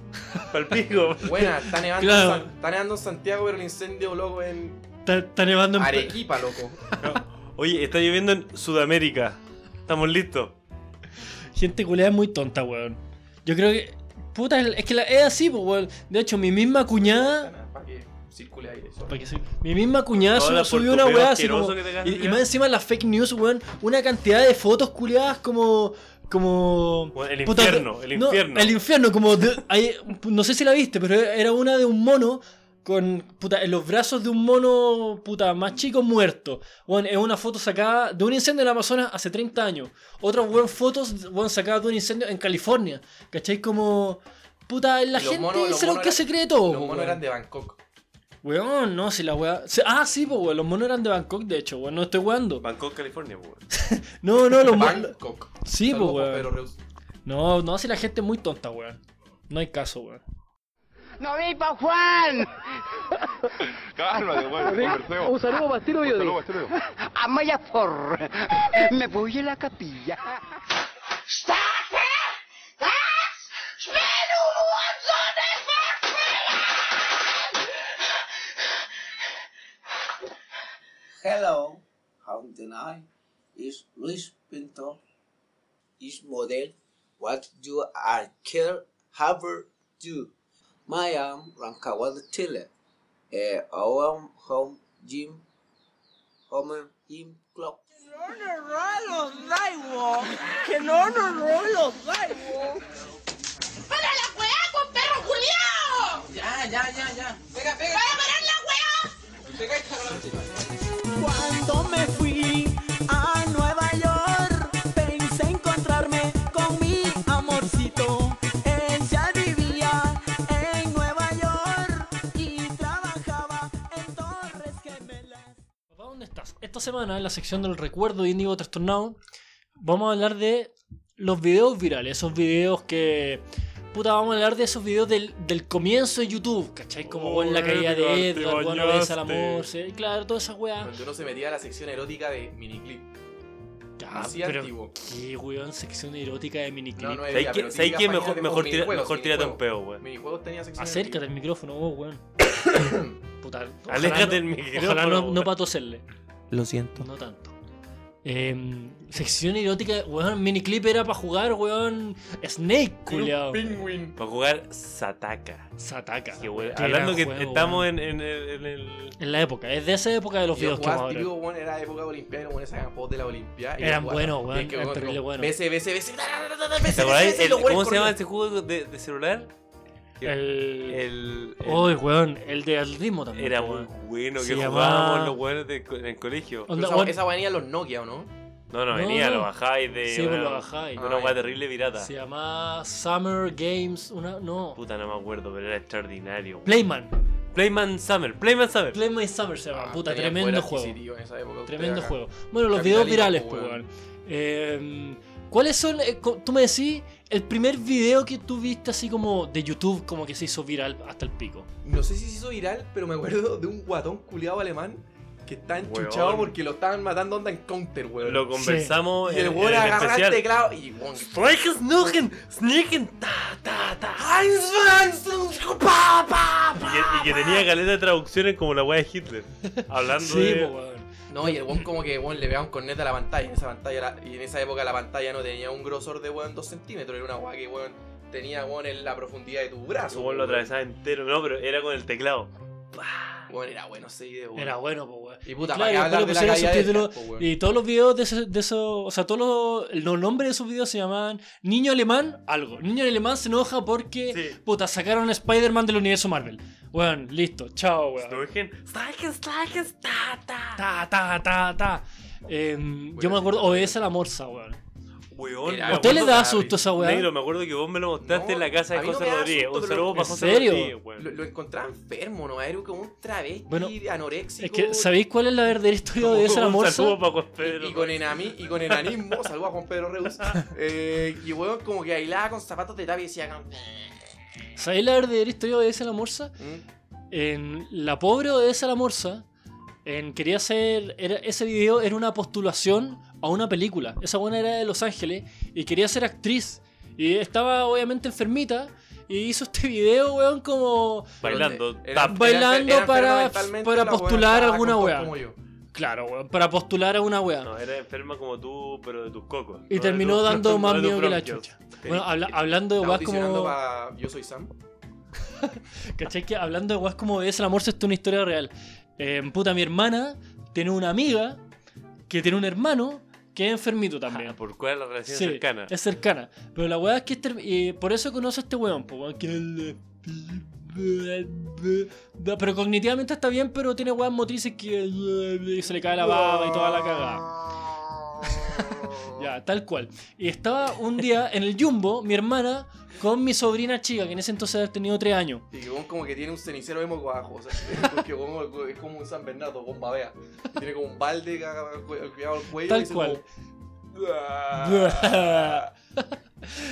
Palpico. Buena, está nevando, Claro. en, San- está nevando en Santiago, pero el incendio, loco, en Está, está nevando en. Arequipa, loco. Oye, está lloviendo en Sudamérica. Estamos listos. Gente culeada es muy tonta, weón. Yo creo que. Puta, es que la, es así, pues, weón. De hecho, mi misma cuñada. Para que circule aire. eso. ¿Para qué soy? Mi misma cuñada Ahora, solo por subió tu una peo weá así asqueroso como. que te ganas Y, de y tirar. más encima las fake news, weón. Una cantidad de fotos culeadas como. Como. Bueno, el Puta, infierno, el no, infierno. el infierno, como. de- hay- no sé si la viste, pero era una de un mono con. Puta, en los brazos de un mono. Puta, más chico muerto. Bueno, es una foto sacada de un incendio en el Amazonas hace 30 años. Otras, weón, fotos, weón, sacadas de un incendio en California. ¿Cachai? Como. Puta, la Los gente monos- los se lo monos que eran- se cree todo. Los po, monos weón. eran de Bangkok. Weón, no, si la weá. se- Ah, sí, pues, weón. Los monos eran de Bangkok, de hecho, weón. No estoy weando. Bangkok, California, weón. No, no, los monos. Bangkok. Sí, pues, Saludos por weón. Pedro Reus. No, no, si la gente es muy tonta, weón. No hay caso, weón. ¡No vi pa' Juan! Cálmate, weón, conversemos. Un saludo para Estilo Hasta luego, Biodi. hasta luego. Amaya por. Me voy a la capilla. Hello, how can I? Is Luis Pinto? Is model? What do I care? Harbor do? My am Rancagua Chile. Eh, our home gym, home gym club. ¡Para la weá con perro Julián! Ya, ya, ya, ya. Pega, pega. ¡Para parar la weá! Cuando me fui a Nueva York, pensé encontrarme con mi amorcito. Ella vivía en Nueva York y trabajaba en Torres Gemelas. Papá, ¿dónde estás? Esta semana, en la sección del recuerdo de Índigo Trastornado, vamos a hablar de los videos virales. Esos videos que. Puta, vamos a hablar de esos videos del, del comienzo de YouTube, ¿cachai? Como Oh, en la caída Edgar, de te Edward, weón, una vez al bañaste. amor, sí, claro, todas esas weas. Cuando uno se metía a la sección erótica de miniclip. Ya, así Ah, pero antiguo. qué weón, sección erótica de miniclip. No, no ¿Sabes era, qué? pero sí ¿Sabes qué? era Mejor, páginas de- mejor, o tira, minijuegos, mejor tírate un minijuegos. peo, weón. Minijuegos tenía sección Acércate erótica. al micrófono, vos, weón. Puta, ojalá Aléjate no- del micrófono. Ojalá no, weón. no para toserle. Lo siento. No tanto. Em, sección erótica, weón, miniclip era para jugar, weón. Snake, culiao. Penguin. Para jugar Sataka. Sataka. Que, weón, Qué Hablando gran que juego, estamos weón. en, en el- en el. en... la época, es de esa época de los Yo videos que jugaba vamos a típico, hablar. bueno, era época de Olimpiada, bueno, sacaban fotos de la Olimpiada. y Eran yo jugaba. buenos, Y weón, es que, eran terrible como, buenos. Bese, bese, bese. ¿Te acordáis? El- ¿Cómo se llama ese juego de, de celular? El. El. el- Uy, weón, el de atletismo también. era muy weón. bueno que Se llamaba- jugábamos los weones de co- en el colegio. Onda, esa, weón, esa venía los Nokia, ¿o no? No, no, No, venía, no. lo bajáis de. Sí, pues una- lo bajáis. de Una Ay. weá terrible pirata. Se llamaba Summer Games. Una, no. Puta, no me acuerdo, pero era extraordinario. weón. Playman. Playman Summer, Playman Summer. Playman Summer se llama. Ah, Puta, tenían tremendo poder juego. adquisitivo en esa época ustedes Tremendo acá. juego. Bueno, los videos virales, Capitalismo, pues, weón. weón. Eh, ¿Cuáles son, eh, co- tú me decís, el primer video que tú viste así como de YouTube, como que se hizo viral hasta el pico? No sé si se hizo viral, pero me acuerdo de un guatón culiado alemán que está enchuchado Weón. porque lo estaban matando onda en counter, weón. Lo conversamos y en, el en weón el agarra el especial. teclado y weón. Strike Snugen, Snugen, ta, ta, ta. Heinz Franz, pa, pa, Y que, y pa, que tenía caleta de traducciones como la weá de Hitler. Hablando Sí, de. pues, weón. pa. No, y el weón como que weón, le pegaba un corneta a la pantalla. En esa pantalla la- y en esa época la pantalla no tenía un grosor de weón 2 centímetros. Era una weá que weón tenía weón en la profundidad de tu brazo. Su weón lo atravesaba entero, no, pero era con el teclado. Weón, era bueno ese video, weón. Era bueno, pues, weón. Y puta, Claro, para después le hablar de pusieron la caída de subtítulos Edgar, po, weón. Y todos los videos de esos, de esos- o sea, todos los, los nombres de esos videos se llamaban Niño Alemán, algo. Niño Alemán se enoja porque, Sí. puta, sacaron a Spider-Man del universo Marvel. Weón, listo, chao, weón. Snugen, Strike Snugen, ta, ta. Ta, ta, ta, ta. Em, yo me acuerdo, obedece a la morsa, weón. Weón, Era- me ¿A acuerdo- usted Pero le cuando da estaba susto esa weá? Negro, me acuerdo que vos me lo mostraste No, en la casa a de mí no José me da Rodríguez. susto, Un pero- saludo para ¿En José serio? Rodríguez, weón. Lo, lo encontraba enfermo, ¿no? Era como un travesti Bueno, anoréxico. Es que, oh, ¿sabéis cuál es la verdadera historia de esa Un morsa? saludo para José Y, Pedro. y con enami, y con enanismo, saludos a Juan Pedro Reus. eh, y weón como que bailaba con zapatos de tapa y decía. "Mm, ¿Sabéis la verdadera historia de esa la morsa? "Mm, en La pobre obedece a la morsa. En, quería hacer. era- ese video era una postulación a una película. Esa buena era de Los Ángeles y quería ser actriz. Y estaba obviamente enfermita y hizo este video, weón, como. Bailando. Era- tap. Bailando enferma para- mentalmente, para la weona postular estaba alguna con todo wea. como yo. Claro, weón, para postular a una weá. No, era enferma como tú, pero de tus cocos. Y No de terminó tus- dando no de más tus miedo que la bronquios. Bueno, habla- Tenés hablando de Estaba weas como. audicionando pa' Yo soy Sam. ¿Cachai? Que hablando de weas como obedece el amor, esto es una historia real. Eh, puta, mi hermana tiene una amiga que tiene un hermano que es enfermito que- también. Ah, por cuál es la relación Sí, cercana. Es cercana. Pero la weá es que este- eh, por eso conoce a este weón, po, weón, que el- No, Pero cognitivamente está bien, pero tiene weas motrices que y se le cae la baba y toda la cagada. ya, tal cual. Y estaba un día en el Jumbo, mi hermana, con mi sobrina chica, que en ese entonces había tenido 3 años. Y que Gon como que tiene un cenicero emo abajo. O sea, porque Gon es como un San Bernardo, Gon babea. Y Tiene como un balde que haga- que- cuidado al cuello. Tal y dice cual. como, "Uah".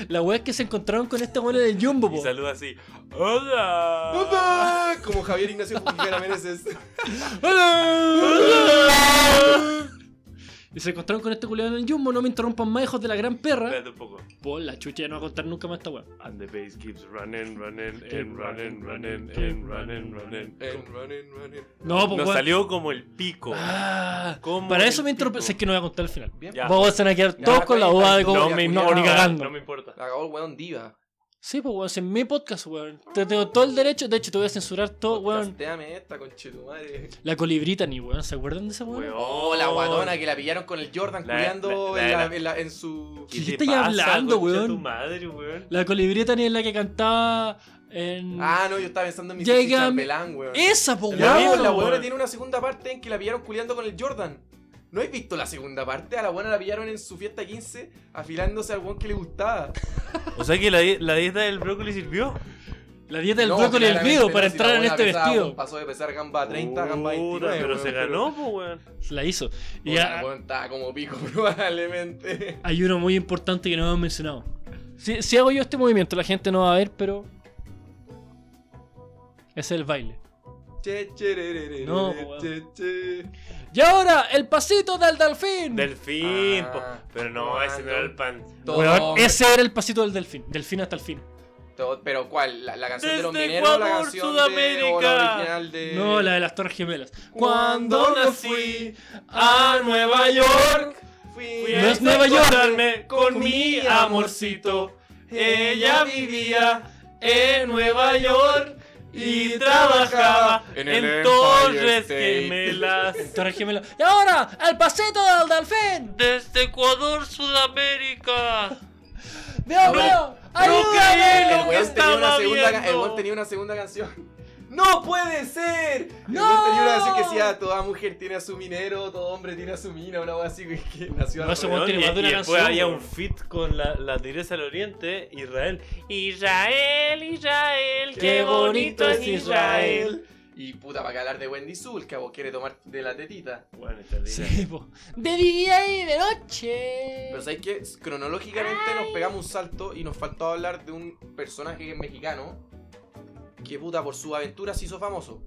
La weá es que se encontraron con este esta weá del Jumbo, Y po. saluda así. ¡Hola! ¡Uah! Como Javier Ignacio Fujimera Meneses. Y se encontraron con este culiado en el Jumbo, no me interrumpan más, hijos de la gran perra. Espérate un poco. Por la chucha, ya no va a contar nunca más esta weá. And the bass keeps running, running, and running, running, and running, running. And running, running. No, pues Nos weón. salió como el pico. Ah, Como para el eso pico. me interrumpen. Si es que no voy a contar al final. Bien. Ya. Vos van a quedar Ya, todos con la está bien, duda de está cómo. bien. No No, me No, importa. ni cagando. No me importa. La cagó el weón diva. Sí, pues weón, si es mi podcast, weón. Te tengo todo el derecho. De hecho, te voy a censurar todo, weón. Casteame esta, conchetumadre. La colibrita ni weón. ¿Se acuerdan de esa weón? Weón. Oh, la guatona que la pillaron con el Jordan La- culiando la- en, la- la- en la- en su. ¿Qué estáis hablando, concha weón? tu madre, weón? La colibrita ni es la que cantaba en. Ah, no, yo estaba pensando en mi Llega- Sissy Chambelán, weón. Esa, pues Ya, mismo, pues, weón. la weón. buena tiene una segunda parte en que la pillaron culiando con el Jordan. ¿No has visto la segunda parte? A la buena la pillaron en su fiesta 15 afilándose al weón que le gustaba. O sea que la, die- la dieta del brócoli sirvió. La dieta del No, brócoli y el claramente vivo no, para si entrar la en buena este pesaba, vestido. Pasó de pesar gamba 30 a gamba Puta, 29. Pero weón, se ganó, pues, weón. La hizo. Y Puta, a- weón, estaba como pico probablemente. hay uno muy importante que no hemos mencionado. Si, si hago yo este movimiento, la gente no va a ver, pero. Es el baile. Che, che, No, weón. che, che. Y ahora, el pasito del delfín. Delfín, po. Ah, Pero no, weón, ese no era el pan. Todo- Weón, ese era el pasito del delfín. Delfín hasta el fin. todo- pero ¿cuál? ¿La, la canción de los Desde mineros o la Ecuador, canción de, o la Sudamérica. original de... No, la de las Torres Gemelas. Eh. Cuando me me fui a Nueva York. Fui, Fui No a es Nueva York. encontrarme con mi amorcito. Ella vivía en Nueva York y trabajaba En en, el Empire Torres State. Gemelas. Torres Gemelas. Y ahora, el pasito del delfín. Desde Ecuador, Sudamérica. Dios No, mío, creí ayúdame. lo El que weón tenía, una estaba segunda, viendo. el weón tenía una segunda canción. ¡No puede ser! El ¡No! weón tenía una canción que decía: "Ah, Toda mujer tiene a su minero, todo hombre tiene a su mina, una weón así que, que nació No, al ese revés. weón tiene y, más de una y después canción, había weón. un fit con la, la tigresa del oriente, Israel. Israel, Israel, qué bonito es Israel. Y puta, para hablar de Wendy Zul, que a vos quiere tomar de la tetita. Bueno, esta tira. Sí, po. De día y de noche. Pero sabéis que cronológicamente nos pegamos un salto y nos faltó hablar de un personaje que es mexicano que puta por sus aventuras se hizo famoso.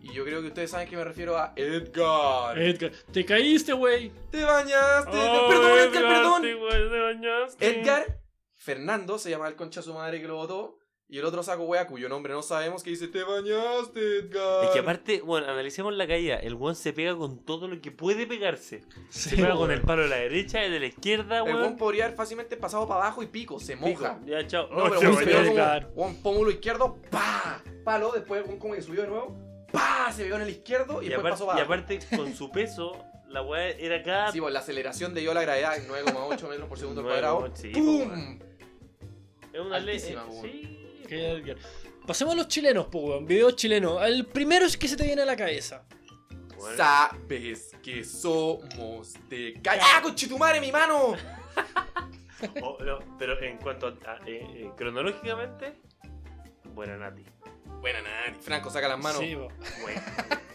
Y yo creo que ustedes saben que me refiero a Edgar. Edgar, te caíste, güey. Te bañaste. te- Oh, perdón, Edgar, Edgar, perdón. te igual te bañaste. Edgar Fernando se llama el concha de su madre que lo votó. Y el otro saco wea cuyo nombre no sabemos que dice: Te bañaste, Edgar. Es que aparte, bueno, analicemos la caída. El weón se pega con todo lo que puede pegarse. se pega con el palo de la derecha, el de la izquierda, El weón weón. podría haber fácilmente pasado para abajo y pico, se moja. Pico. Ya, chao. No, Oh, pero se weón, se se bañó. pegó vio Edgar. como weón, pómulo izquierdo, pa, palo, después weón, como que subió de nuevo, pa, se vio en el izquierdo y, Y, después aparte, pasó para y abajo. aparte, con su peso, la weá era cada. Sí, pues la aceleración de yo la gravedad en 9,8 metros por segundo al Nueve, cuadrado. sí, pues, ¡Pum! weón. es una ley. altísima, eh, weón. sí. Que Edgar. Pasemos a los chilenos, po, weón. Videos chilenos. El primero es que se te viene a la cabeza. Bueno. Sabes que somos de ¡Ah, conchetumare, mi mano! Oh, no, pero en cuanto a. a- eh, eh, cronológicamente, buena Nati. Buena, Nani. Franco, saca las manos. Sí, po. Buena,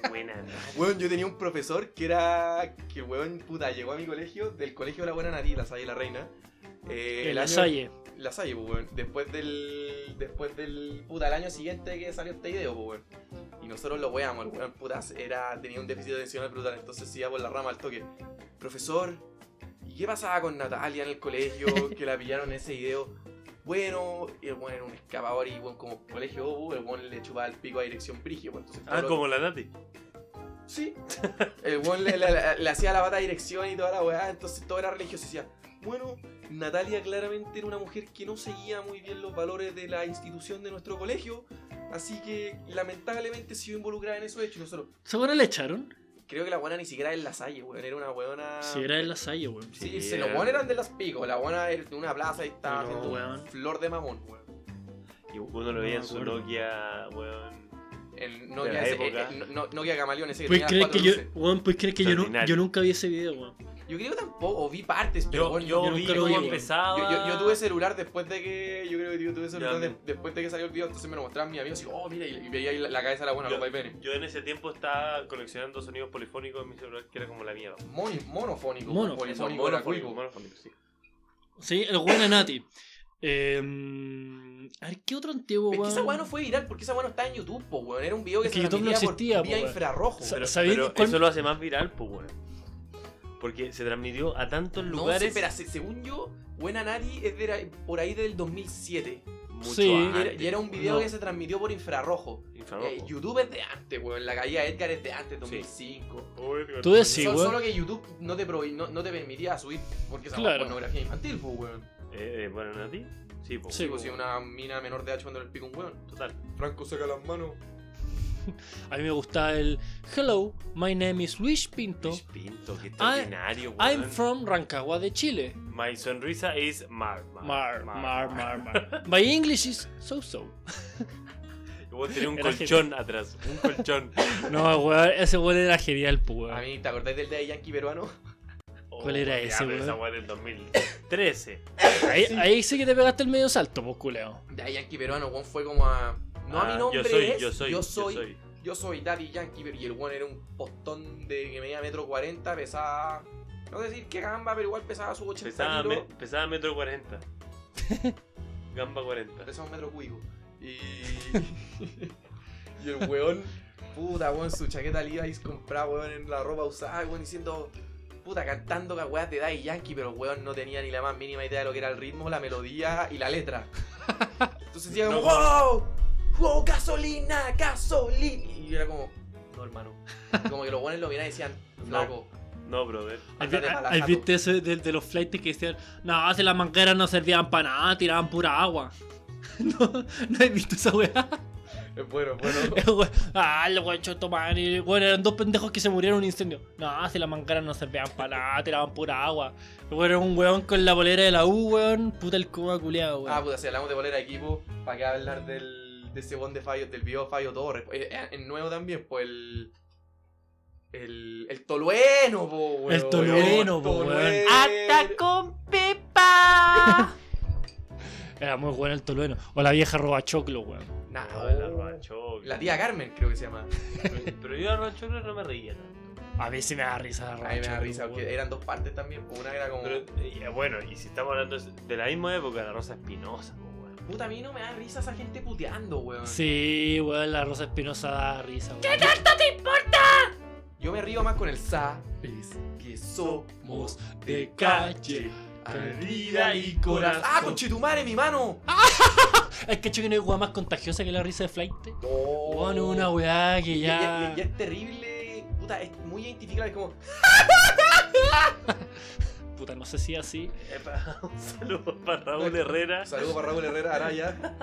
buena Nati. Weón, yo tenía un profesor que era. que weón, puta, llegó a mi colegio, del colegio de la buena Nati, la Salle la Reina. Eh, En el la año- Salle. La Salle, pues, weón. Después del. Después del. Puta, el año siguiente que salió este video, pues, weón. nosotros lo weamos, el weón putas era, tenía un déficit de atención brutal, entonces se iba por la rama al toque. Profesor, ¿y qué pasaba con Natalia en el colegio que la pillaron en ese video? Bueno, y el weón era un escapador y bueno, como colegio obu, el weón le chupaba el pico a dirección brigio. pues, entonces, Ah, todo lo- como la Nati. Sí. El weón le, le- le- le hacía la pata de dirección y toda la weá, entonces todo era religioso. Decía, bueno, Natalia claramente era una mujer que no seguía muy bien los valores de la institución de nuestro colegio, así que lamentablemente se vio involucrada en esos hechos. Y Nosotros, ¿Seguro le echaron? creo que la buena ni siquiera era en la salle, weón, era una weona. Si era en la salle, weón. Ah. Sí, Sí, se los era- weones eran de las picos, la buena era de una plaza y No, estaba haciendo weón. flor de mamón, weón. Y uno lo veía en su No me acuerdo. Nokia, weón. El De la Nokia, ese- época. eh, eh, no, Nokia Camaleón, ese que ¿Puedes tenía creer ¿Pues cuatro que yo, luces. weón, ¿puedes creer que yo, no, Extraordinario. yo nunca vi ese video, weón? Yo creo que tampoco, vi partes, pero Yo, bueno, yo, yo vi nunca lo cómo vi. empezaba. Yo, yo- yo tuve celular después de que. Yo creo que yo tuve celular Ah. Ya, de- mira. después de que salió el video, entonces me lo mostraban mis amigos y oh, mira, y, y veía ahí la, la cabeza de la buena, Yo- los vaivenes. Yo en ese tiempo estaba coleccionando sonidos polifónicos en mi celular, que era como la mierda. Mon- monofónico, Mono. Esos polifónico, era monofónicos, cuico. monofónicos, sí. Sí, el weón es Nati. Eh, a ver, ¿qué otro antiguo, Es weón? que esa weá no fue viral porque esa weá no está en YouTube, po, weón. Era un video que Es se que YouTube no existía, transmitía por po, vía weón. infrarrojo. Sa- Pero, ¿sabéis pero cuál- eso lo hace más viral, pues, weón. Porque se transmitió a tantos No lugares. sé, espera, se- según yo, Buena Nari es de la- por ahí del 2007. mucho Sí. Y era, antes. y era un video No, que se transmitió por infrarrojo. infrarrojo. Eh, YouTube es de antes, weón. La caída de Edgar es de antes, 2005. Tú decís, Sol- weón. solo que YouTube no te, prohi- no, no te permitía subir porque esa Claro. pornografía infantil, pues, weón. Eh, eh, bueno, Nati. Sí, pues. Sí, Digo, po. si una mina menor de edad chupándole el pico a un weón. Total. Franco saca las manos. A mí me gustaba el Hello, my name is Luis Pinto. Luis Pinto, qué extraordinario, I'm weón. from Rancagua de Chile. My sonrisa is mar, Mar, mar, mar, mar. My English is so so. Vos tenés un Era colchón atrás, un colchón. No, weón, ese weón era genial, pues, A weón. mí, ¿te acordáis del de Yankee peruano? ¿Cuál era Oh, ya, ese, pero weón? Esa weá del 2013. Ahí, ahí sí que te pegaste el medio salto, pues, culeo. De Yankee peruano, weón, fue como a. No, a Ah, mi nombre yo soy, es. yo soy, yo soy. yo soy Daddy Yankee, pero y el weón era un postón de que medía metro 40, pesaba. No decir que gamba, pero igual pesaba sus 80 Pesaba, kilos. me- pesaba metro 40. Gamba 40. Pesaba un metro cúbico. Y. y el weón, puta, weón, su chaqueta Levi's comprada, weón, en la ropa usada, weón, diciendo. Puta, cantando cagüeas de Daddy Yankee, pero el weón no tenía ni la más mínima idea de lo que era el ritmo, la melodía y la letra. Entonces decía como, No. ¡Wow! ¡Wow! ¡Gasolina! ¡Gasolina! Y era como, no, hermano. Como que los weones lo miraban y decían, flaco. No, brother. ¿Has Ándate para la has jato. visto eso de, de los flights que decían, no, si las mangueras no servían para nada, tiraban pura agua? No, no he visto esa weá. Es bueno, es bueno. El we- Ah, el weón choto madre. Bueno, eran dos pendejos que se murieron en un incendio. No, si las mangueras no servían para nada, tiraban pura agua. Bueno, era un weón con la bolera de la U, weón. Puta el coma culeado, weón. Ah, puta, si hablamos de bolera de equipo, ¿para qué hablar del, de ese bond de fallo, del video Fallo Torres? Pues, eh, el nuevo también, pues el. El, el Tolueno, po, weón. El Tolueno, po, Tolueno. weón. con Pepa. Era muy bueno el tolueno. O la vieja roba choclo, weón. Nah, No, weón. la Robachoclo. Ah, oh. La tía Carmen, creo que se llama. Pero yo a Robachoclo no me reía tanto. A veces me da risa la roba A mí me da choclo, risa, weón. porque eran dos partes también. po, Una era como. Pero, eh, bueno, y si estamos hablando de la misma época, la Rosa Espinosa, pues, po, weón. Puta, a mí no me da risa esa gente puteando, weón. Sí, weón, la Rosa Espinosa da risa, weón. Yo me río más con el sa. Es que somos de calle. Herida y corazón. ¡Ah, conchetumare, mi mano! Ah. Es que hecho que no hay weá más contagiosa que la risa de flight. No. Weón, es una weá que Y- y- ya. y- y es terrible. Puta, es muy identificable. Es como. Puta, no sé si así. Epa, un saludo para Raúl Herrera. Saludos para Raúl Herrera Araya.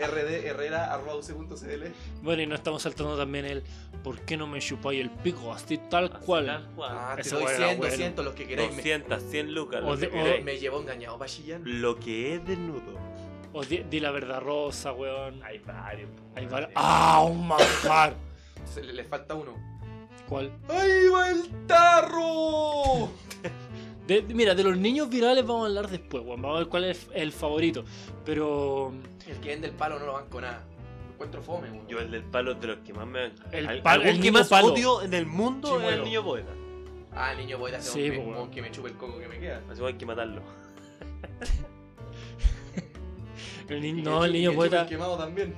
RD Herrera arroba uc.cl. Bueno, y no estamos saltando también el ¿por qué no me chupáis el pico? Así tal cual. Tal cual. Ah, te Ese doy weón era 100, bueno. 200, los que queréis. Me, 200, 100 lucas. O Lo de- que, o- queráis. me llevó engañado para Chillán. Lo que es desnudo. O di, di la verdad rosa, weón. Hay varios. pues. Eh, po, Ahí weón. va. ¡Ah! ¡Un manjar! Se- Le, le falta uno. ¿Cuál? ¡Ahí va el tarro! De- de- mira, de los niños virales vamos a hablar después, weón. Vamos a ver cuál es el favorito. Pero. El que vende el palo no lo van con nada. Lo encuentro fome, weón. Yo el del palo de los que más me El Al- palo- algún el que niño más palo. odio en el mundo es Chimuelo. el niño poeta. Ah, el niño poeta se Sí, un po, weón. que me chupe el coco que me queda. Así que hay que matarlo. el ni- Y que no, el chupe- y niño que chupe poeta. El quemado también.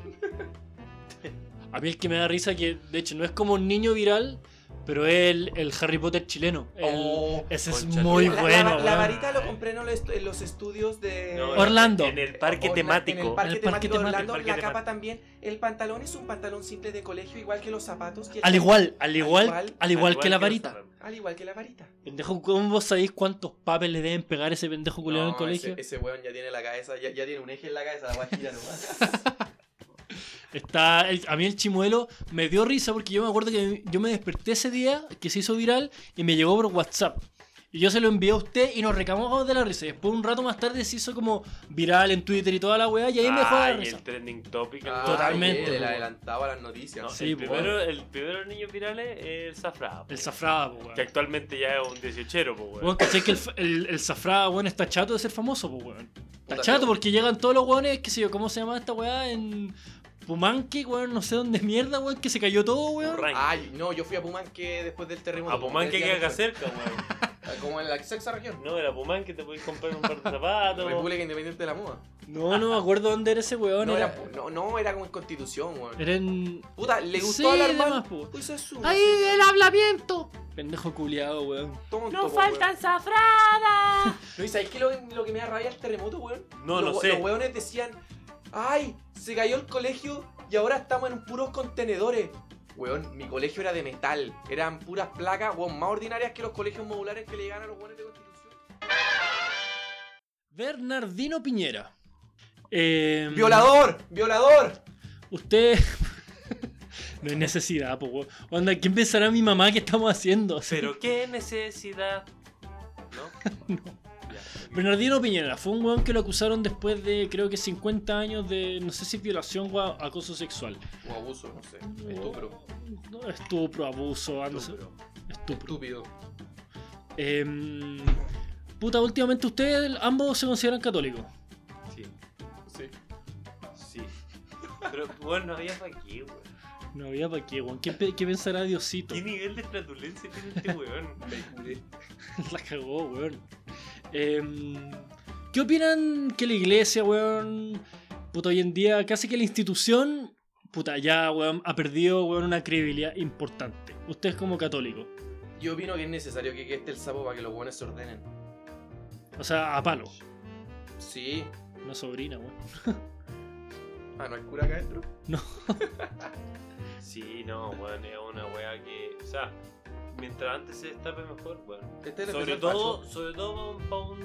A mí el que me da risa que, de hecho, no es como un niño viral, pero es el, el Harry Potter chileno. El- Oh, ese es concha, muy la, la- bueno. la, weón. varita lo compré en los, en los estudios de. No, Orlando. En el parque Orla- temático. Eh, En el parque En el parque temático de temático, Orlando, el parque la temático. capa también. El pantalón es un pantalón simple de colegio, igual que los zapatos. y el Al igual, al Al igual, al igual- igual, que la los varita. Superman. Al igual que la varita. Pendejo, ¿cómo vos sabéis cuántos papes le deben pegar a ese pendejo culiado en el colegio? Ese, ese weón ya tiene la cabeza, ya, ya tiene un eje en la cabeza, la weá gira nomás. Está, el- a mí el chimuelo me dio risa porque yo me acuerdo que yo me desperté ese día que se hizo viral y me llegó por WhatsApp. Y yo se lo envié a usted y nos recamamos de la risa. Y después un rato más tarde se hizo como viral en Twitter y toda la weá y ahí me dejó de Ah, la y risa. el trending topic. Ah, Totalmente. él, él po. adelantaba las noticias. No, Sí, el, po. primero, el primero niño viral es el Zafra. po. El zafrada, po, weón. Que actualmente ya es un 18ero, pues, Weón, ¿cachai que el, el, el Zafrada, weón, está chato de ser famoso, po, weón? Está Puta, chato pero- porque llegan todos los weones, qué sé yo, ¿cómo se llama esta weá? En Pumanque, weón, no sé dónde mierda, weón, que se cayó todo, weón. Ay, no, yo fui a Pumanque después del terremoto. A Pumán que Ah, Como queda acá decía cerca, weón. Nacho, Como en la sexta región. No, era Pumán que te podéis comprar un par de zapatos. República Independiente de la Moda. No, no me acuerdo dónde era ese weón. No era, era, no, no, era como en Constitución, weón. era en. Puta, le gustó Sí, hablar de mal. más, po. Pues es un ¡Ahí el hablamiento! Pendejo culiado, weón. tonto, ¡No po, faltan zafradas! weón. No, ¿y sabes qué lo, lo que me da rabia el terremoto, weón? No, los, no we- sé. Los weones decían, ay, se cayó el colegio y ahora estamos en puros contenedores. Weón, mi colegio era de metal. Eran puras placas, weón, más ordinarias que los colegios modulares que le llegan a los weones de Constitución. Bernardino Piñera. Eh, Mm. ¡Violador! ¡Violador! Usted. no hay necesidad, po, weón. Onda, ¿quién pensará mi mamá que estamos haciendo? Pero qué necesidad. ¿No? Ya, ok. Bernardino Piñera fue un weón que lo acusaron después de creo que 50 años de no sé si violación o a- acoso sexual. O abuso, no sé. Estupro. No, Estupro, abuso, ando- Estupro. estupro. Estúpido. Em, puta, últimamente ustedes ambos se consideran católicos. Sí, Sí. sí. Pero, weón, no había para qué, weón. No había para qué, weón. ¿Qué, pe- qué pensará Diosito? ¿Qué nivel de flatulencia tiene este weón? La cagó, weón. Em, ¿Qué opinan que la iglesia, weón? Puta, hoy en día casi que la institución, puta, ya, weón, ha perdido, weón, una credibilidad importante. Ustedes como católicos. Yo opino que es necesario que quede este el sapo para que los buenos se ordenen. O sea, a palo. Sí. Una sobrina, weón. Ah, ¿no hay cura acá adentro? Sí, no, weón, es una weá que. O sea, mientras antes se destape mejor, weón. Este es el Sobre especial todo, facho. sobre todo para un,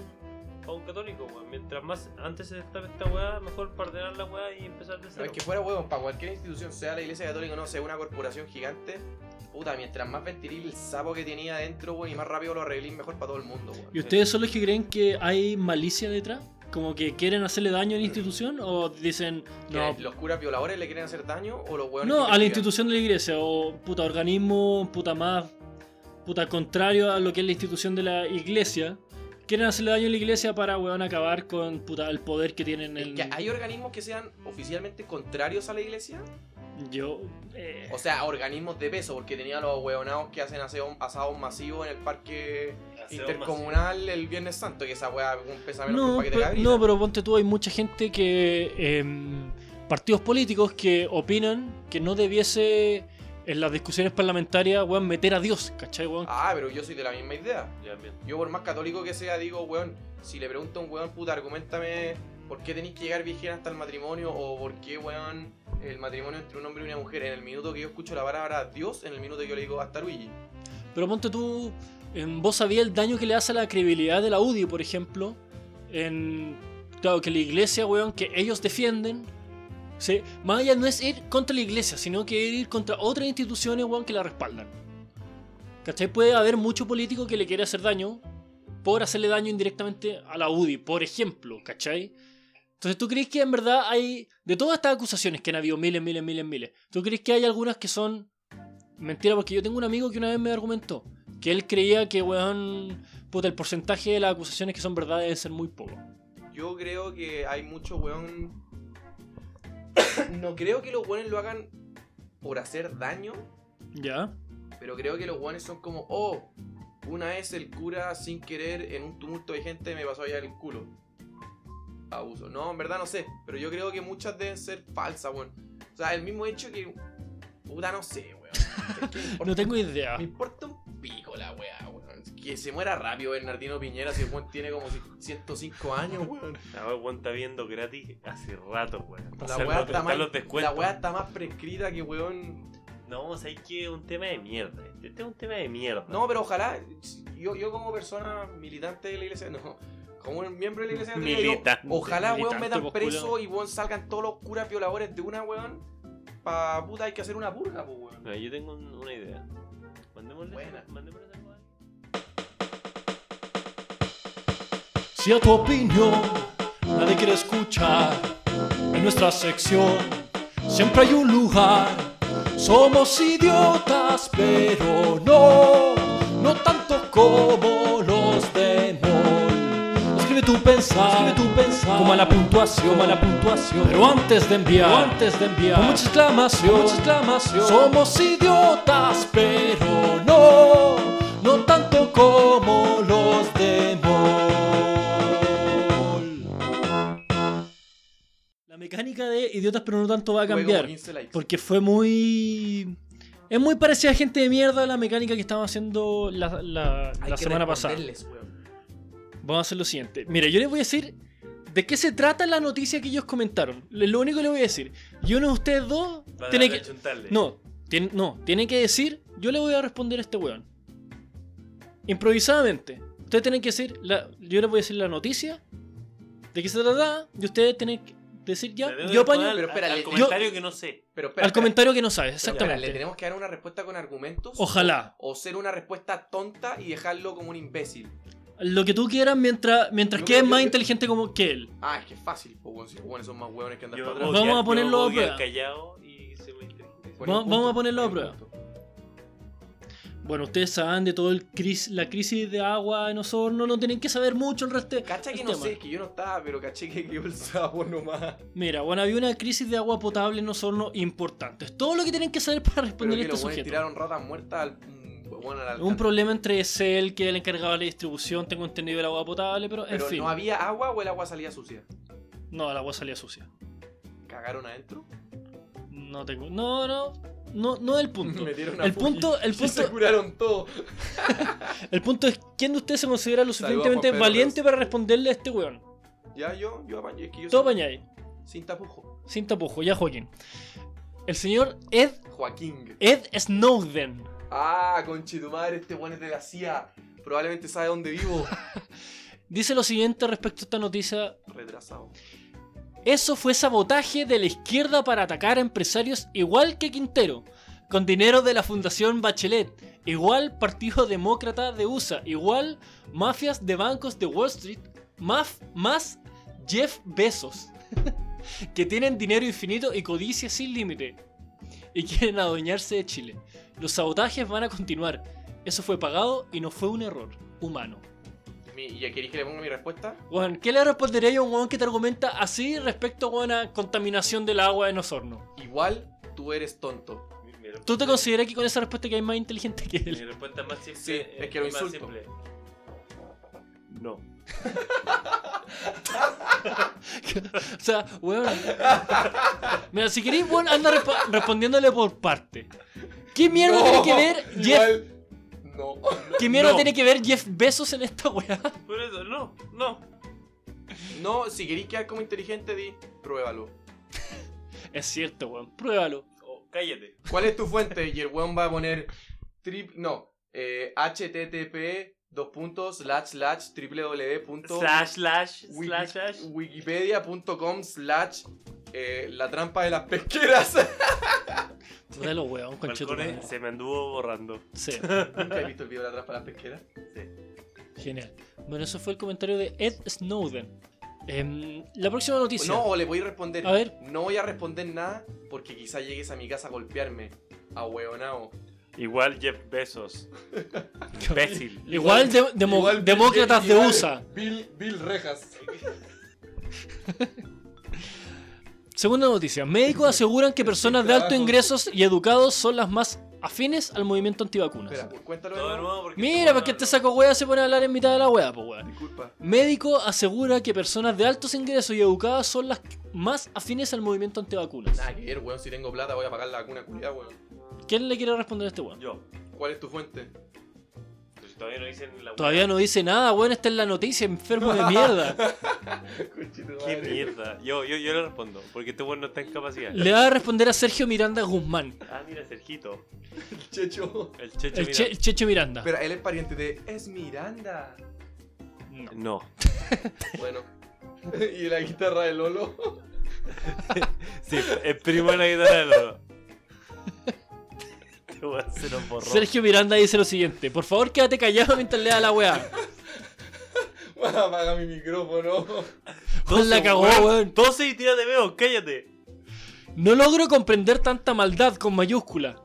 pa' un católico, weón. Mientras más antes se destape esta weá, mejor perdonar la weá y empezar de No, cero. es que fuera huevón, para cualquier institución, sea la iglesia católica o no, sea una corporación gigante, puta, mientras más ventiril el sapo que tenía adentro, weón, y más rápido lo arreglís, mejor para todo el mundo, weón. ¿Y ustedes son los que creen que hay malicia detrás? ¿Como que quieren hacerle daño a la institución? ¿O dicen, no, ¿Quiénes? ¿Los curas violadores le quieren hacer daño o los huevones? no a la institución de la iglesia? ¿O puta organismo, puta más, puta contrario a lo que es la institución de la iglesia? ¿Quieren hacerle daño a la iglesia para, weón, acabar con puta, el poder que tienen en... que hay organismos que sean oficialmente contrarios a la iglesia. Yo... eh, O sea, organismos de peso, porque tenía los huevonados que hacen aseo- asados masivos en el parque intercomunal el Viernes Santo, que esa hueá pesa menos que un no, paquete de pero, cabrita. no, pero ponte tú, hay mucha gente que... em, partidos políticos que opinan que no debiese... En las discusiones parlamentarias, weón, meter a Dios, ¿cachai, weón? Ah, pero yo soy de la misma idea. Ya, bien. Yo por más católico que sea, digo, weón, si le pregunto a un weón, puta, argumentame por qué tenéis que llegar virgen hasta el matrimonio o por qué, weón, el matrimonio entre un hombre y una mujer. En el minuto que yo escucho la palabra Dios, en el minuto que yo le digo hasta Luigi. Pero ponte tú, em, vos sabías el daño que le hace a la credibilidad de la UDI, por ejemplo. En, claro, que la iglesia, weón, que ellos defienden. ¿sí? Más allá no es ir contra la iglesia, sino que ir contra otras instituciones, weón, que la respaldan. ¿Cachai? Puede haber mucho político que le quiere hacer daño por hacerle daño indirectamente a la UDI, por ejemplo, ¿cachai? Entonces, ¿tú crees que en verdad hay, de todas estas acusaciones que han habido miles, miles, miles, miles, ¿tú crees que hay algunas que son Mentira, porque yo tengo un amigo que una vez me argumentó que él creía que, weón, puta, el porcentaje de las acusaciones que son verdad debe ser muy poco. Yo creo que hay mucho weón. no creo que los weones lo hagan por hacer daño, ¿Ya? pero creo que los weones son como, oh, una vez el cura sin querer en un tumulto de gente me pasó allá el culo. Abuso. No, en verdad no sé, pero yo creo que muchas deben ser falsas, weón. O sea, el mismo hecho que Puta, no sé, weón. ¿Qué importa? No tengo idea. Me importa un pico la weá, weón. Que se muera rápido Bernardino Piñera si el weón tiene como 105 años, weón. La weón está viendo gratis hace rato, weón. La Hacer weá los- está, están más, los la descuentos. weá está más prescrita que weón. No, sabes que es un tema de mierda. Este es un tema de mierda. No, pero ojalá. Yo, yo como persona militante de la iglesia, no. Como un miembro de la iglesia católica, digo, Militante, Ojalá, weón, militante, metan pues, preso culiao. y weón salgan todos los curas violadores de una, weón. Pa puta, hay que hacer una purga, pues, weón. Mira, yo tengo un- una idea. Mandémosle. Buena. Mandémosle algo a alguien. Si a tu opinión nadie quiere escuchar, en nuestra sección siempre hay un lugar. Somos idiotas, pero no, no tanto como los demon. Escribe tu pensar, tu pensar, como a la puntuación, a la puntuación. Pero antes de enviar, antes de enviar, con mucha exclamación, mucha exclamación. Somos idiotas, pero no, no tanto como los demon. La mecánica de idiotas, pero no tanto va a Tuve como cambiar. 15 likes. Porque fue muy. Es muy parecida a gente de mierda la mecánica que estaban haciendo la, la- Hay la que semana pasada. responderles, weón. Vamos a hacer lo siguiente. Mira, yo les voy a decir de qué se trata la noticia que ellos comentaron. Le- Lo único que les voy a decir. Y uno de ustedes dos Van tiene a que. achuntarle. No, tiene, no, tiene que decir. Yo le voy a responder a este weón. Improvisadamente. Ustedes tienen que decir. la- yo les voy a decir la noticia. De qué se trata. Y ustedes tienen que decir ya. Le debo Yo responder apaño. al- Pero espera, al le- comentario que no sé. Pero espera, Al espera. comentario que no sabes, Pero espera, ¿Le exactamente. tenemos que dar una respuesta con argumentos? Ojalá. ¿O ser una respuesta tonta y dejarlo como un imbécil? Lo que tú quieras mientras, mientras Yo quedes creo que- más inteligente como que él. Ah, es que es fácil, pues, weón. Si los weones son más hueones que andan Yo para odio atrás. Vamos a al- yo ponerlo a odio al prueba. Callao y se me interesa. Ponen va- vamos a un punto, ponerlo a ponen un punto. Bueno, ustedes saben de todo el cris, la crisis de agua en Osorno, no tienen que saber mucho el resto. Cacha que el no tema. sé, es que yo no estaba, pero caché que quedó el sabor nomás. Mira, bueno, había una crisis de agua potable en Osorno importante. Es todo lo que tienen que saber para Pero responder que a este los weones sujeto. tiraron ratas muertas al. mm, Bueno, al Un alcance. problema entre Cel, que era el encargado de la distribución, tengo entendido el agua potable, pero en Pero fin. no había agua o el agua salía sucia. No, el agua salía sucia. ¿Cagaron adentro? No tengo. No, no. No, no es el punto. Metieron una El fuga. punto, el Y punto, se curaron todo. El punto es, ¿quién de ustedes se considera lo Saludos a Juan suficientemente Pedro valiente Ross. para responderle a este weón? Ya yo, yo apañé. Es que yo Todo soy- apañáis, Sin tapujo. sin tapujo, ya Joaquín. El señor Ed, Joaquín. Ed Snowden Ah, conchetumar, este weón es de la CIA. Probablemente sabe dónde vivo. dice lo siguiente respecto a esta noticia. Retrasado. Eso fue sabotaje de la izquierda para atacar a empresarios igual que Quintero, con dinero de la Fundación Bachelet, igual Partido Demócrata de USA, igual mafias de bancos de Wall Street, maf- más Jeff Bezos, que tienen dinero infinito y codicia sin límite, y quieren adueñarse de Chile. Los sabotajes van a continuar. Eso fue pagado y no fue un error humano. Mi- ¿Y ya queréis que le ponga mi respuesta? Weón, ¿qué le respondería yo a un weón que te argumenta así respecto weón, a contaminación del agua en Osorno? Igual tú eres tonto. Mi- mi respuesta- ¿Tú te consideras que con esa respuesta que hay más inteligente que Mi él? respuesta más simple. Sí, es que lo más insulto. simple. No. o sea, weón. Mira, si queréis, weón, anda respo- respondiéndole por parte. ¿Qué mierda No, tiene que ver Jeff? Igual. No. ¿Qué mierda no. tiene que ver Jeff Bezos en esta weá? Por eso, no, no. No, si queréis quedar como inteligente, di, pruébalo. Es cierto, weón. Pruébalo. Oh, cállate. ¿Cuál es tu fuente? Y el weón va a poner trip. No. Eh, http dos puntos slash slash www. Slash, slash, wiki- slash, slash. Wikipedia.com slash eh, la trampa de las pesqueras. Pruébalo, weón, conche tu Balcones, madre. se me anduvo borrando. Sí, ¿Nunca he visto el video de la trampa de las pesqueras? genial. Bueno, eso fue el comentario de Ed Snowden. Em, la próxima noticia. No, o le voy a responder. A ver. No voy a responder nada porque quizá llegues a mi casa a golpearme. A hueonao. Igual Jeff Bezos. Imbécil. Igual, de- demo- Igual Bill demócratas Gates, de igual USA. Bill, Bill Rejas. Segunda noticia. Médicos aseguran que personas de alto ingresos y educados son las más afines al movimiento antivacunas. Espera, cuéntalo de Todo de nuevo. nuevo porque Mira, porque este saco hueá se pone a hablar en mitad de la hueá, pues weón. Disculpa. Médico asegura que personas de altos ingresos y educadas son las más afines al movimiento antivacunas. Nada que ver, weón. Si tengo plata voy a pagar la vacuna culiada, weón. ¿Quién le quiere responder a este weón? Yo. ¿Cuál es tu fuente? Pero si todavía no dicen la Todavía no dice nada, weón. Esta es la noticia, enfermo de mierda. Qué mierda. Yo, yo, yo le respondo, porque este weón no está en capacidad. Le va a responder a Sergio Miranda Guzmán. Ah, mira, Sergito. Checho. El Checho, El, mira. Che- el Checho Miranda. Pero él es pariente de. Es Miranda. No. Bueno. y la guitarra de Lolo. Sí, el primo de la guitarra de Lolo. Este weón se nos borró. Sergio Miranda dice lo siguiente: Por favor, quédate callado mientras le da la weá. Apaga mi micrófono. Pues la cagó, weón. 12 y tírate veo, cállate. No logro comprender tanta maldad con mayúscula.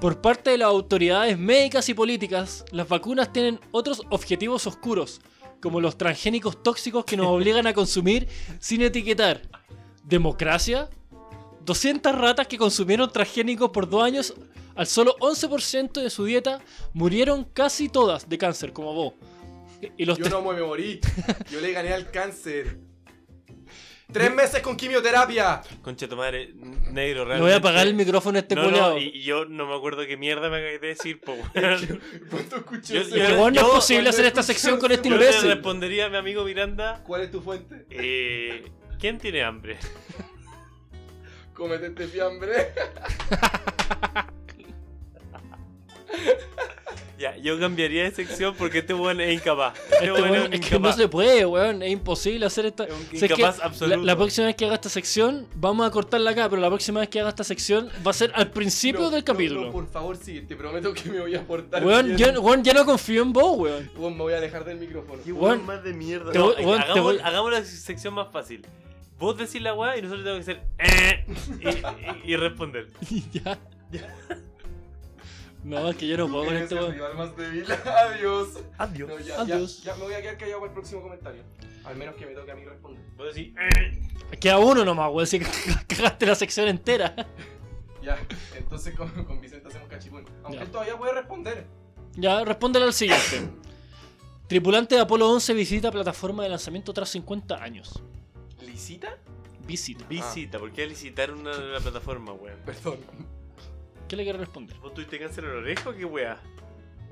Por parte de las autoridades médicas y políticas, las vacunas tienen otros objetivos oscuros, como los transgénicos tóxicos que nos obligan a consumir sin etiquetar. ¿Democracia? 200 ratas que consumieron transgénicos por dos años, al solo 11% de su dieta, murieron casi todas de cáncer, como vos. Y los Yo tres- no me morí. Yo le gané al cáncer. Tres meses con quimioterapia. Concha tu madre, n- negro, realmente. Le voy a apagar el micrófono a este no, culiao. no, y y yo no me acuerdo qué mierda me acabé de decir, po, weón. ¿Cuánto escuché Yo- ese? Es que, weón, no yo- es posible cuando hacer esta escucho sección con ese este Yo le imbécil. respondería a mi amigo Miranda, ¿Cuál es tu fuente? eh, ¿quién tiene hambre? Comete este fiambre. Ya, yo cambiaría de sección porque este weón es incapaz. Este, Este weón weón- es, un es que no incapaz. se puede, weón. Es imposible hacer esta. Es un O sea, es que incapaz la- absoluto. La, próxima vez que haga esta sección, vamos a cortarla acá, pero la próxima vez que haga esta sección va a ser al principio No, del no, capítulo. no, por favor, sí, te prometo que me voy a portar. weón, bien. ya, weón, ya no confío en vos, weón. Weón, me voy a alejar del micrófono. Qué Weón, más de mierda. te No, voy- weón, te hagamos, voy- hagamos la sección más fácil. Vos decís la weá y nosotros tenemos que hacer eh, y, y- y responder. ya. No, es que yo no puedo con Eres este el weón. rival más débil. Adiós. Adiós. No, ya, ya, Adiós. ya me voy a quedar callado para el próximo comentario. Al menos que me toque a mí responder. Vos decís eh. Queda uno nomás, weón. Si cagaste la sección entera. Ya, entonces con, con Vicente hacemos cachipún. Aunque Ya. él todavía puede responder. Ya, respóndele al siguiente. Tripulante de Apolo 11 visita plataforma de lanzamiento tras 50 años. ¿Licita? Ah. Visita. Visita, ¿por qué licitar una, una plataforma, weón? Perdón. ¿Qué le quiero responder? ¿Vos tuviste cáncer en la oreja o qué weá?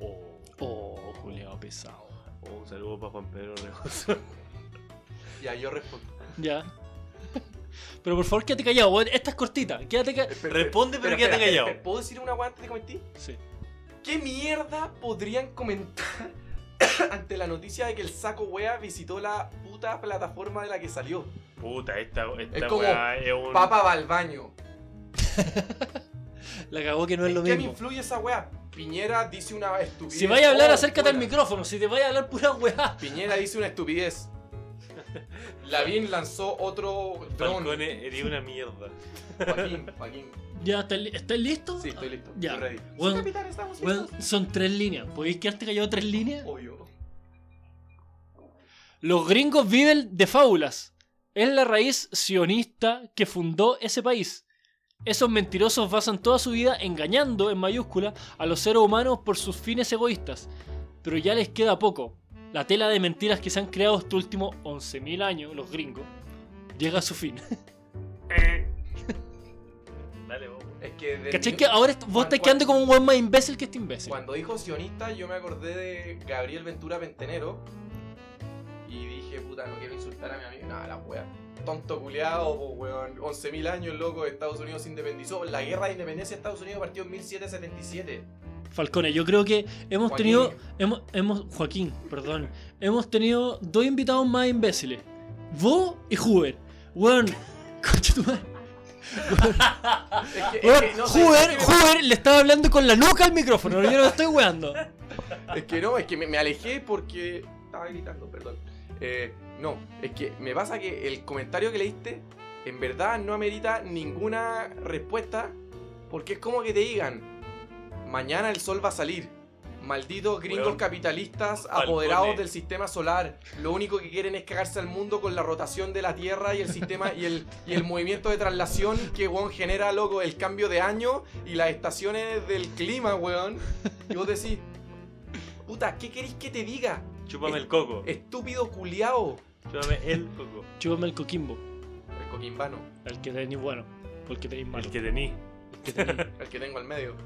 Oh, Oh, Julio, pesado. oh, un saludo para Juan Pedro Rejos. Ya, yo respondo. Ya. Pero por favor, quédate callado, weón. Esta es cortita. Quédate callado. Espera, Responde, pero espera, quédate espera, callado. espera, ¿Puedo decir una guante antes de comentar? Sí. ¿Qué mierda podrían comentar ante la noticia de que el saco wea visitó la puta plataforma de la que salió? Puta, esta, esta Es como weá es un. Papa va al baño. La cagó que no es lo ¿Qué me mismo. influye esa wea? Piñera dice una estupidez. Si vaya a hablar, Oh, acércate al buena. micrófono. Si te vaya a hablar pura weá. Piñera dice una estupidez. Lavín lanzó otro dron. Falcone, eres una mierda. Joaquín, Joaquín. Ya, ¿estás li- estás listo? Sí, estoy listo. Ya. Estoy ready. Weón, Sí, capitán, estamos Weón, listos. son tres líneas. ¿Podéis quedarte callado tres líneas? Obvio. Los gringos viven de fábulas. Es la raíz sionista que fundó ese país. Esos mentirosos basan toda su vida engañando, en mayúscula, a los seres humanos por sus fines egoístas. Pero ya les queda poco. La tela de mentiras que se han creado estos últimos 11.000 años, los gringos, llega a su fin. Dale, vos. Es que. desde ¿Cachai? mi- Que ahora est- vos Juan- estás quedando como un buen más imbécil que este imbécil. Cuando dijo sionista, yo me acordé de Gabriel Ventura Ventenero. Y dije, puta, no quiero insultar a mi amigo. Nada, la wea. Tonto culeado, po, weón. 11.000 años, loco. Estados Unidos se independizó. La guerra de independencia de Estados Unidos partió en 1777. Falcone, yo creo que hemos Joaquín. tenido. Hemos, hemos, Joaquín, perdón. hemos tenido dos invitados más imbéciles. Vos y Hoover. Weón, concha tu madre. Es que, es Weón, que no sé, Hoover, es que me- Hoover le estaba hablando con la nuca al micrófono. Yo no lo estoy weando. Es que no, es que me, me alejé porque. Estaba gritando, perdón. Eh, no, es que me pasa que el comentario que leíste, en verdad no amerita ninguna respuesta, porque es como que te digan: Mañana el sol va a salir. Malditos gringos Weón. capitalistas Falcones. apoderados del sistema solar. Lo único que quieren es cagarse al mundo con la rotación de la Tierra y el sistema y el, y el movimiento de traslación que weón, genera loco el cambio de año y las estaciones del clima, weón. Y vos decís, Puta, ¿qué queréis que te diga? Chúpame el eh. coco. Estúpido culiao. Chúpame el coco. Chúpame el coquimbo. El coquimbano. El que tenéis bueno. Porque tenéis malo. El que tení. Que tenía, El que tengo al medio.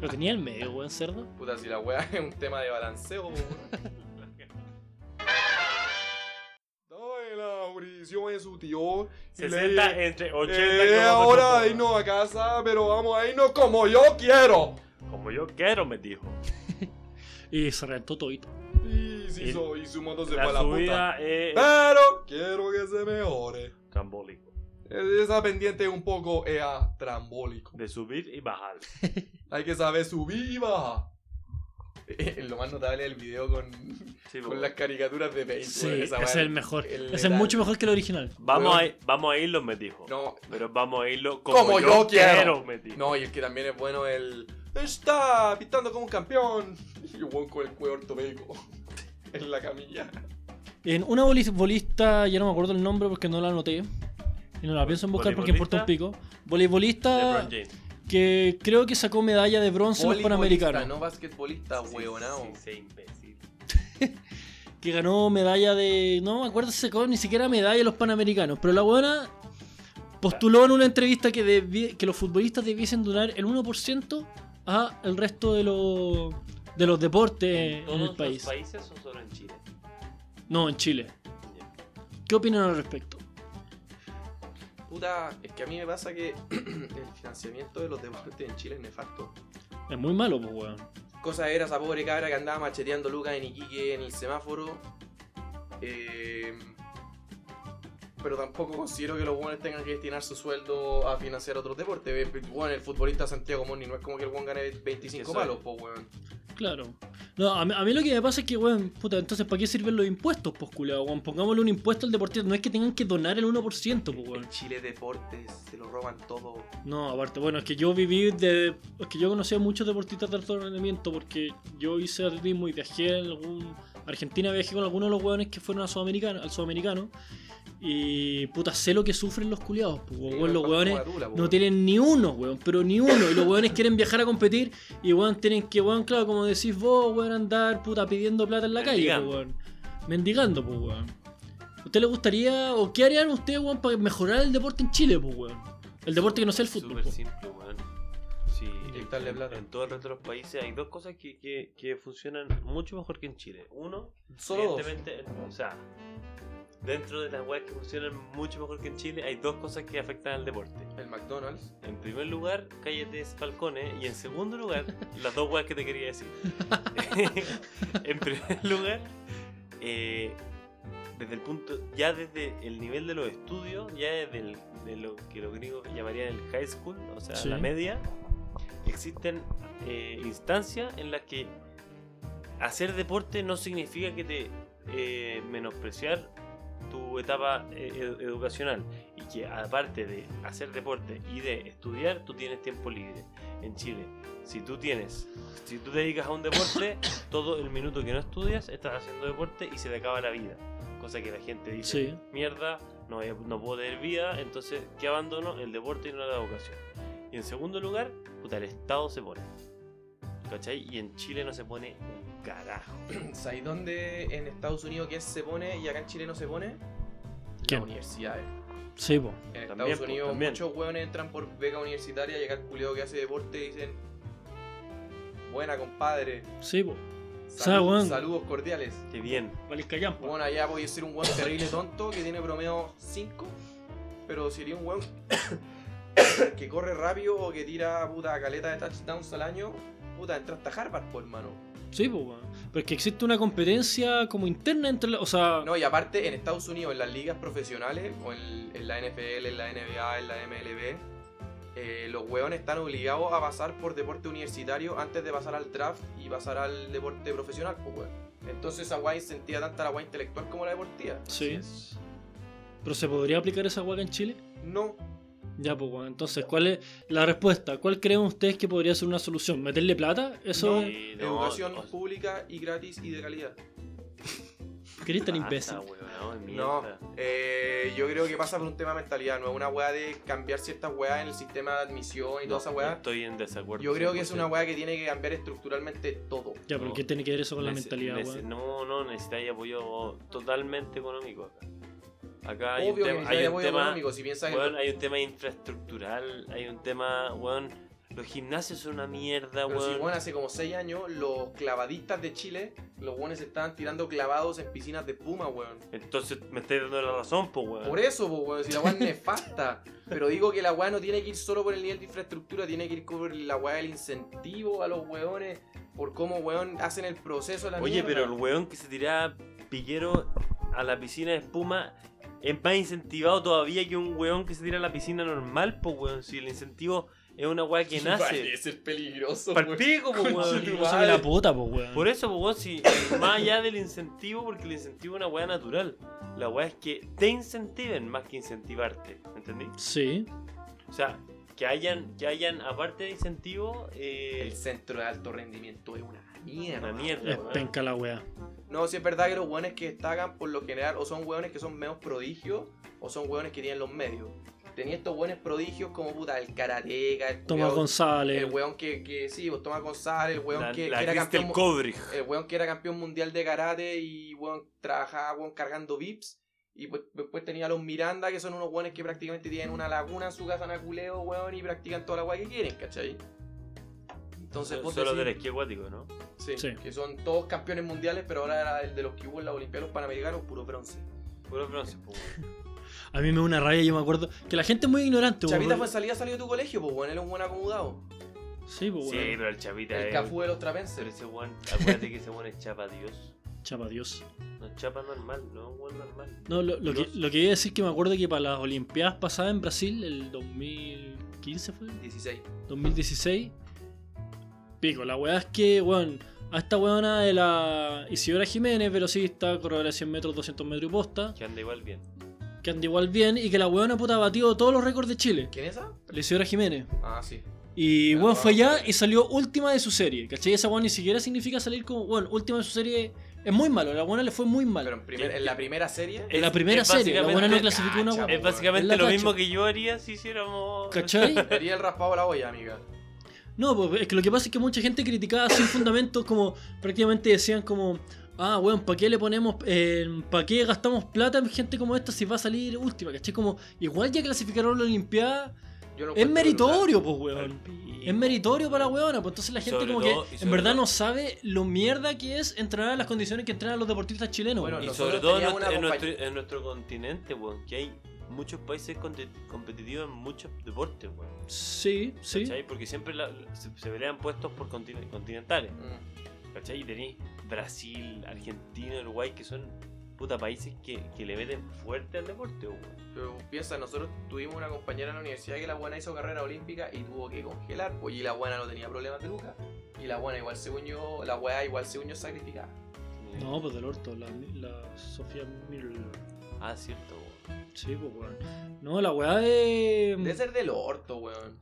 lo tenía el medio, weón, cerdo. Puta, si la weá es un tema de balanceo, po, weón. Dale, la Mauricio es su tío. y le- 60 entre 80 Eh, kilómetros por ahora hora. irnos a casa, pero vamos a irnos como yo quiero. Como yo quiero, me dijo. Y se rentó todito. Y si Y- so- y su moto se fue a La la puta. Ah. subida es Pero quiero que se mejore. trambólico. Eh, Esa pendiente es un poco ea, trambólico. De subir y bajar. Hay que saber subir y bajar. Eh, Lo más notable del video con, Sí, con po. las caricaturas de Paint. Sí, weón, ese esa es weá. el mejor. el ese es letal. mucho mejor que el original. Vamos Weón. a, vamos a irlo, me dijo. No, Pero vamos a irlo como, como, yo quiero. me dijo. No, y el que también es bueno el. Está pitando como un campeón. Y un con el cuello ortopédico en la camilla. En una boli- bolista, ya no me acuerdo el nombre porque no la anoté. Y no la pienso en buscar porque importa un pico. Voleibolista LeBron James. que creo que sacó medalla de bronce en los Voleibolista, Panamericanos. no basquetbolista, hueonao. Sí, sí, imbécil. Que ganó medalla de. No me acuerdo si sacó ni siquiera medalla de los Panamericanos. Pero la buena postuló en una entrevista que, debi- que los futbolistas debiesen donar el 1% a el resto de los, de los deportes en, ¿Todos el país. los países o solo en Chile? No, en Chile. ¿Qué opinan al respecto? Puta, es que a mí me pasa que el financiamiento de los deportes en Chile es nefasto. Es muy malo, pues, weón. Cosa era esa pobre cabra que andaba macheteando lucas en Iquique en el semáforo. Eh, pero tampoco considero que los buenos tengan que destinar su sueldo a financiar otros deportes. Ve- ve- Bueno, el futbolista Santiago Moni no es como que el buen gane 25 Eso es. palos, po, weón. Claro. No, a mí, a mí lo que me pasa es que, weón, puta, entonces, ¿para qué sirven los impuestos, pues, culiao, weón? Pongámosle un impuesto al deportista. No es que tengan que donar el 1%, pues, weón. En Chile deportes se lo roban todo. No, aparte, bueno, es que yo viví de. Es que yo conocí a muchos deportistas de alto rendimiento porque yo hice atletismo y viajé en algún. Argentina viajé con algunos de los hueones que fueron a Sudamericano, al Sudamericano. Y puta, sé lo que sufren los culiados. Pues, Sí, weón, no es los como hueones la tula, po, no weón. tienen ni uno, weón, pero ni uno. Y los hueones quieren viajar a competir y weón tienen que, weón, claro, como decís vos, weón, andar puta pidiendo plata en la calle, po, Mendigando. weón. Mendigando, pues, weón. ¿Usted le gustaría, o qué harían ustedes, weón, para mejorar el deporte en Chile, pues, weón? El deporte que no sea el fútbol. Súper po. simple, weón. Sí, Inyectarle en, plata. en todo el resto de los países hay dos cosas que, que, que funcionan mucho mejor que en Chile. Uno, Solo dos. evidentemente, o sea, dentro de las weas que funcionan mucho mejor que en Chile, hay dos cosas que afectan al deporte. El McDonald's. En primer lugar, calles balcones. Y en segundo lugar, las dos weas que te quería decir. en primer lugar, eh, desde el punto, ya desde el nivel de los estudios, ya desde el- de lo que los gringos llamarían el high school, o sea, Sí. la media, existen eh, instancias en las que hacer deporte no significa que te eh, menospreciar tu etapa eh, edu- educacional y que aparte de hacer deporte y de estudiar, tú tienes tiempo libre en Chile. Si tú tienes, si tú te dedicas a un deporte, todo el minuto que no estudias estás haciendo deporte y se te acaba la vida. Cosa que la gente dice, Sí. mierda, no, voy a- no puedo tener vida, entonces, ¿qué abandono? El deporte y no la educación. Y en segundo lugar, puta, el Estado se pone. ¿Cachai? Y en Chile no se pone un carajo. ¿Sabes dónde en Estados Unidos que se pone y acá en Chile no se pone? eh. ¿Quién? Las universidades. Sí, po. En Estados También, pues, Unidos también. muchos hueones entran por beca universitaria y acá el culiao que hace deporte dicen Buena compadre, Sí, po. Salud- weón. saludos cordiales. Qué bien. Bueno, allá voy a ser un hueón terrible tonto que tiene promedio 5, pero sería un hueón que corre rápido o que tira puta caleta de touchdowns al año, puta, entra hasta Harvard, por hermano. Sí, po, weón. Pero es que existe una competencia como interna entre. la- O sea. No, y aparte en Estados Unidos, en las ligas profesionales, o en, en la NFL, en la NBA, en la MLB, eh, los hueones están obligados a pasar por deporte universitario antes de pasar al draft y pasar al deporte profesional, pues hueón. Entonces esa guay sentía tanta la guay intelectual como la deportiva. sí. Pero se podría aplicar esa hueca en Chile? No, Ya, pues, weón. Entonces, ¿cuál es la respuesta? ¿Cuál creen ustedes que podría ser una solución? ¿Meterle plata? Eso. No. Sí, educación o- pública y gratis y de calidad. ¿Qué eres tan Basta, imbécil? weón, de No, mierda. eh, yo creo que pasa por un tema de mentalidad, no es una weá de cambiar ciertas weas en el sistema de admisión y toda esa weá. Estoy en desacuerdo. Yo creo que es una 100%. weá que tiene que cambiar estructuralmente todo. Ya, pero No. ¿qué tiene que ver eso con la Nece- mentalidad, nece- weón? No, no, necesitáis apoyo totalmente económico acá. Acá hay Obvio un que tema, hay hay un apoyo tema- económico, si piensas weón, hay un tema infraestructural, hay un tema, weón, los gimnasios son una mierda, Pero si, weón. bueno, hace como 6 años, los clavadistas de Chile, los buenos estaban tirando clavados en piscinas de puma, weón. Entonces me estáis dando la razón, po, weón. Por eso, pues, weón, si la weá es nefasta. Pero digo que la weá no tiene que ir solo por el nivel de infraestructura, tiene que ir por la weá del incentivo a los weones, por cómo weón hacen el proceso de la Oye, mierda. pero el weón que se tiraba piquero a la piscina de espuma es más incentivado todavía que un weón que se tira a la piscina normal, po, weón. Si el incentivo es una weá que Vale, nace. es el peligroso, Pa'l weón. pico, po, Conche weón. tu No se me la puta, pues, weón. Por eso, pues, weón, si más allá del incentivo, porque el incentivo es una weá natural. La weá es que te incentiven más que incentivarte, ¿entendí? Sí. O sea, que hayan, que hayan aparte de incentivo, eh, El centro de alto rendimiento es una mierda. una mierda. Es weón. penca la weá. No, si es verdad que los weones que destacan por lo general o son weones que son menos prodigios o son weones que tienen los medios. Tenía estos weones prodigios como puta, el karateca, el Tomás culiao- González. eh, El weón que, que sí, pues Tomás González, el weón La, que, la que era Cristel campeón. mu- Kobrich. el weón que era campeón mundial de karate y weón trabajaba weón, cargando VIPs. Y pues, después tenía a los Miranda, que son unos weones que prácticamente tienen una laguna en su casa en Aculeo, weón, y practican toda la weá que quieren, ¿cachai? Entonces, vos Solo decís- del esquí acuático, ¿no? Sí, Sí. que son todos campeones mundiales, pero ahora era el de los que hubo en la Olimpiada de los Panamericanos, puro bronce. Puro bronce, po, weón. A mí me da una rabia, yo me acuerdo. Que la gente es muy ignorante, weón. Chavita fue en salida, salió de tu colegio, pues bueno, él es un buen acomodado. Sí, pues, Sí, weón. pero el chapita El es- Cafú de los Pero trapenses. ese weón, acuérdate que ese weón es chapa Dios. Chapa, Dios. No es chapa normal, no es un weón normal. No, lo, lo que, Dios. lo que iba a decir que me acuerdo que para las Olimpiadas pasadas en Brasil, el 2015 fue, 16. 2016, pico, la weá es que, weón, a esta weona de la Isidora Jiménez, velocista, corredora de 100 metros, 200 metros y posta, Que anda igual bien. que anda igual bien y que la weona puta ha batido todos los récords de Chile, ¿Quién es esa? la Isidora Jiménez. Ah, sí. Y Ah, bueno, fue bueno. allá y salió última de su serie. ¿Cachai? Esa weón ni siquiera significa salir como. Bueno, última de su serie es muy malo. La buena le fue muy mal. Pero en, primer- en la primera serie. en la es- primera es serie, la buena no básicamente- clasificó una Cacha, weón. Es weón. básicamente Es la lo cacha. mismo que yo haría si hiciéramos. ¿Cachai? Sería el raspado a la olla, amiga. No, pues es que lo que pasa es que mucha gente criticaba sin fundamentos, como prácticamente decían como. Ah, weón, ¿para qué le ponemos. ¿Para qué gastamos plata en gente como esta si va a salir última? ¿Cachai? Como. Igual ya clasificaron la Olimpiada. Yo lo Es encuentro meritorio, pues, Al weón. pico. Es meritorio para la weona, pues entonces la gente Sobre como todo- y que en sobre verdad todo- no sabe lo mierda que es entrenar en las condiciones que entrenan los deportistas chilenos. Bueno, weón. Y sobre Nosotros todo en teníamos nuestro, una en nuestro- compañía- en nuestro continente, weón, que hay muchos países conte- competitivos en muchos deportes, weón. Sí, sí. ¿Cachai? Porque siempre la- se, se pelean puestos por contin- continentales. brutal. ¿Cachai? Y tenéis Brasil, Argentina, Uruguay, que son puta países que, que le meten fuerte al deporte, weón. Mm. Pero piensa, nosotros tuvimos una compañera en la universidad que la buena hizo carrera olímpica y tuvo que congelar, pues, y la buena no tenía problemas de lucas. Y la buena igual se unió, la weá igual se unió sacrificada. Eh, No, pues del orto, la, la Sofía Miller. Ah, cierto, weón. Sí, pues weón. No, la weá es. Debe ser del orto, weón.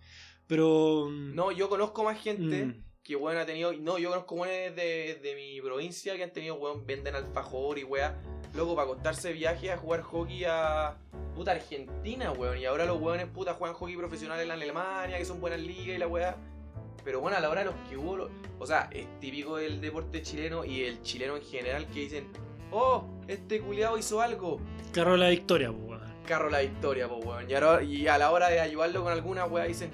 Pero. No, yo conozco más gente mm, que weón ha tenido. No, yo conozco weones de, de mi provincia que han tenido, weón, venden alfajor y weá. Loco, para acostarse de viaje a jugar hockey a puta Argentina, weón. Y ahora los weones puta juegan hockey profesional en Alemania, que son buenas ligas y la weá. Pero bueno, a la hora de los que hubo. lo- O sea, es típico del deporte chileno y el chileno en general que dicen: Oh, este culiado hizo algo. Carro de la victoria, pues weón. Carro la victoria, pues weón. Y, ahora- y a la hora de ayudarlo con alguna weá dicen: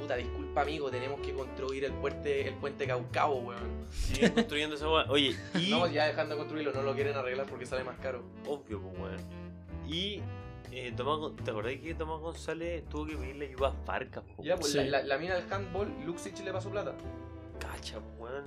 Puta, disculpa, amigo, tenemos que construir el puente, el puente Caucao, weón. Siguen construyendo esa weón. Oye, y. No, ya dejando de construirlo, no lo quieren arreglar porque sale más caro. Obvio, pues, weón. Y eh, Tomás, Gon- ¿te acordás que Tomás González tuvo que pedirle ayuda a Farca, po, Ya, weón? pues Sí. la, la- la mina del handball, Luxich le pasó plata. Cacha, po, weón.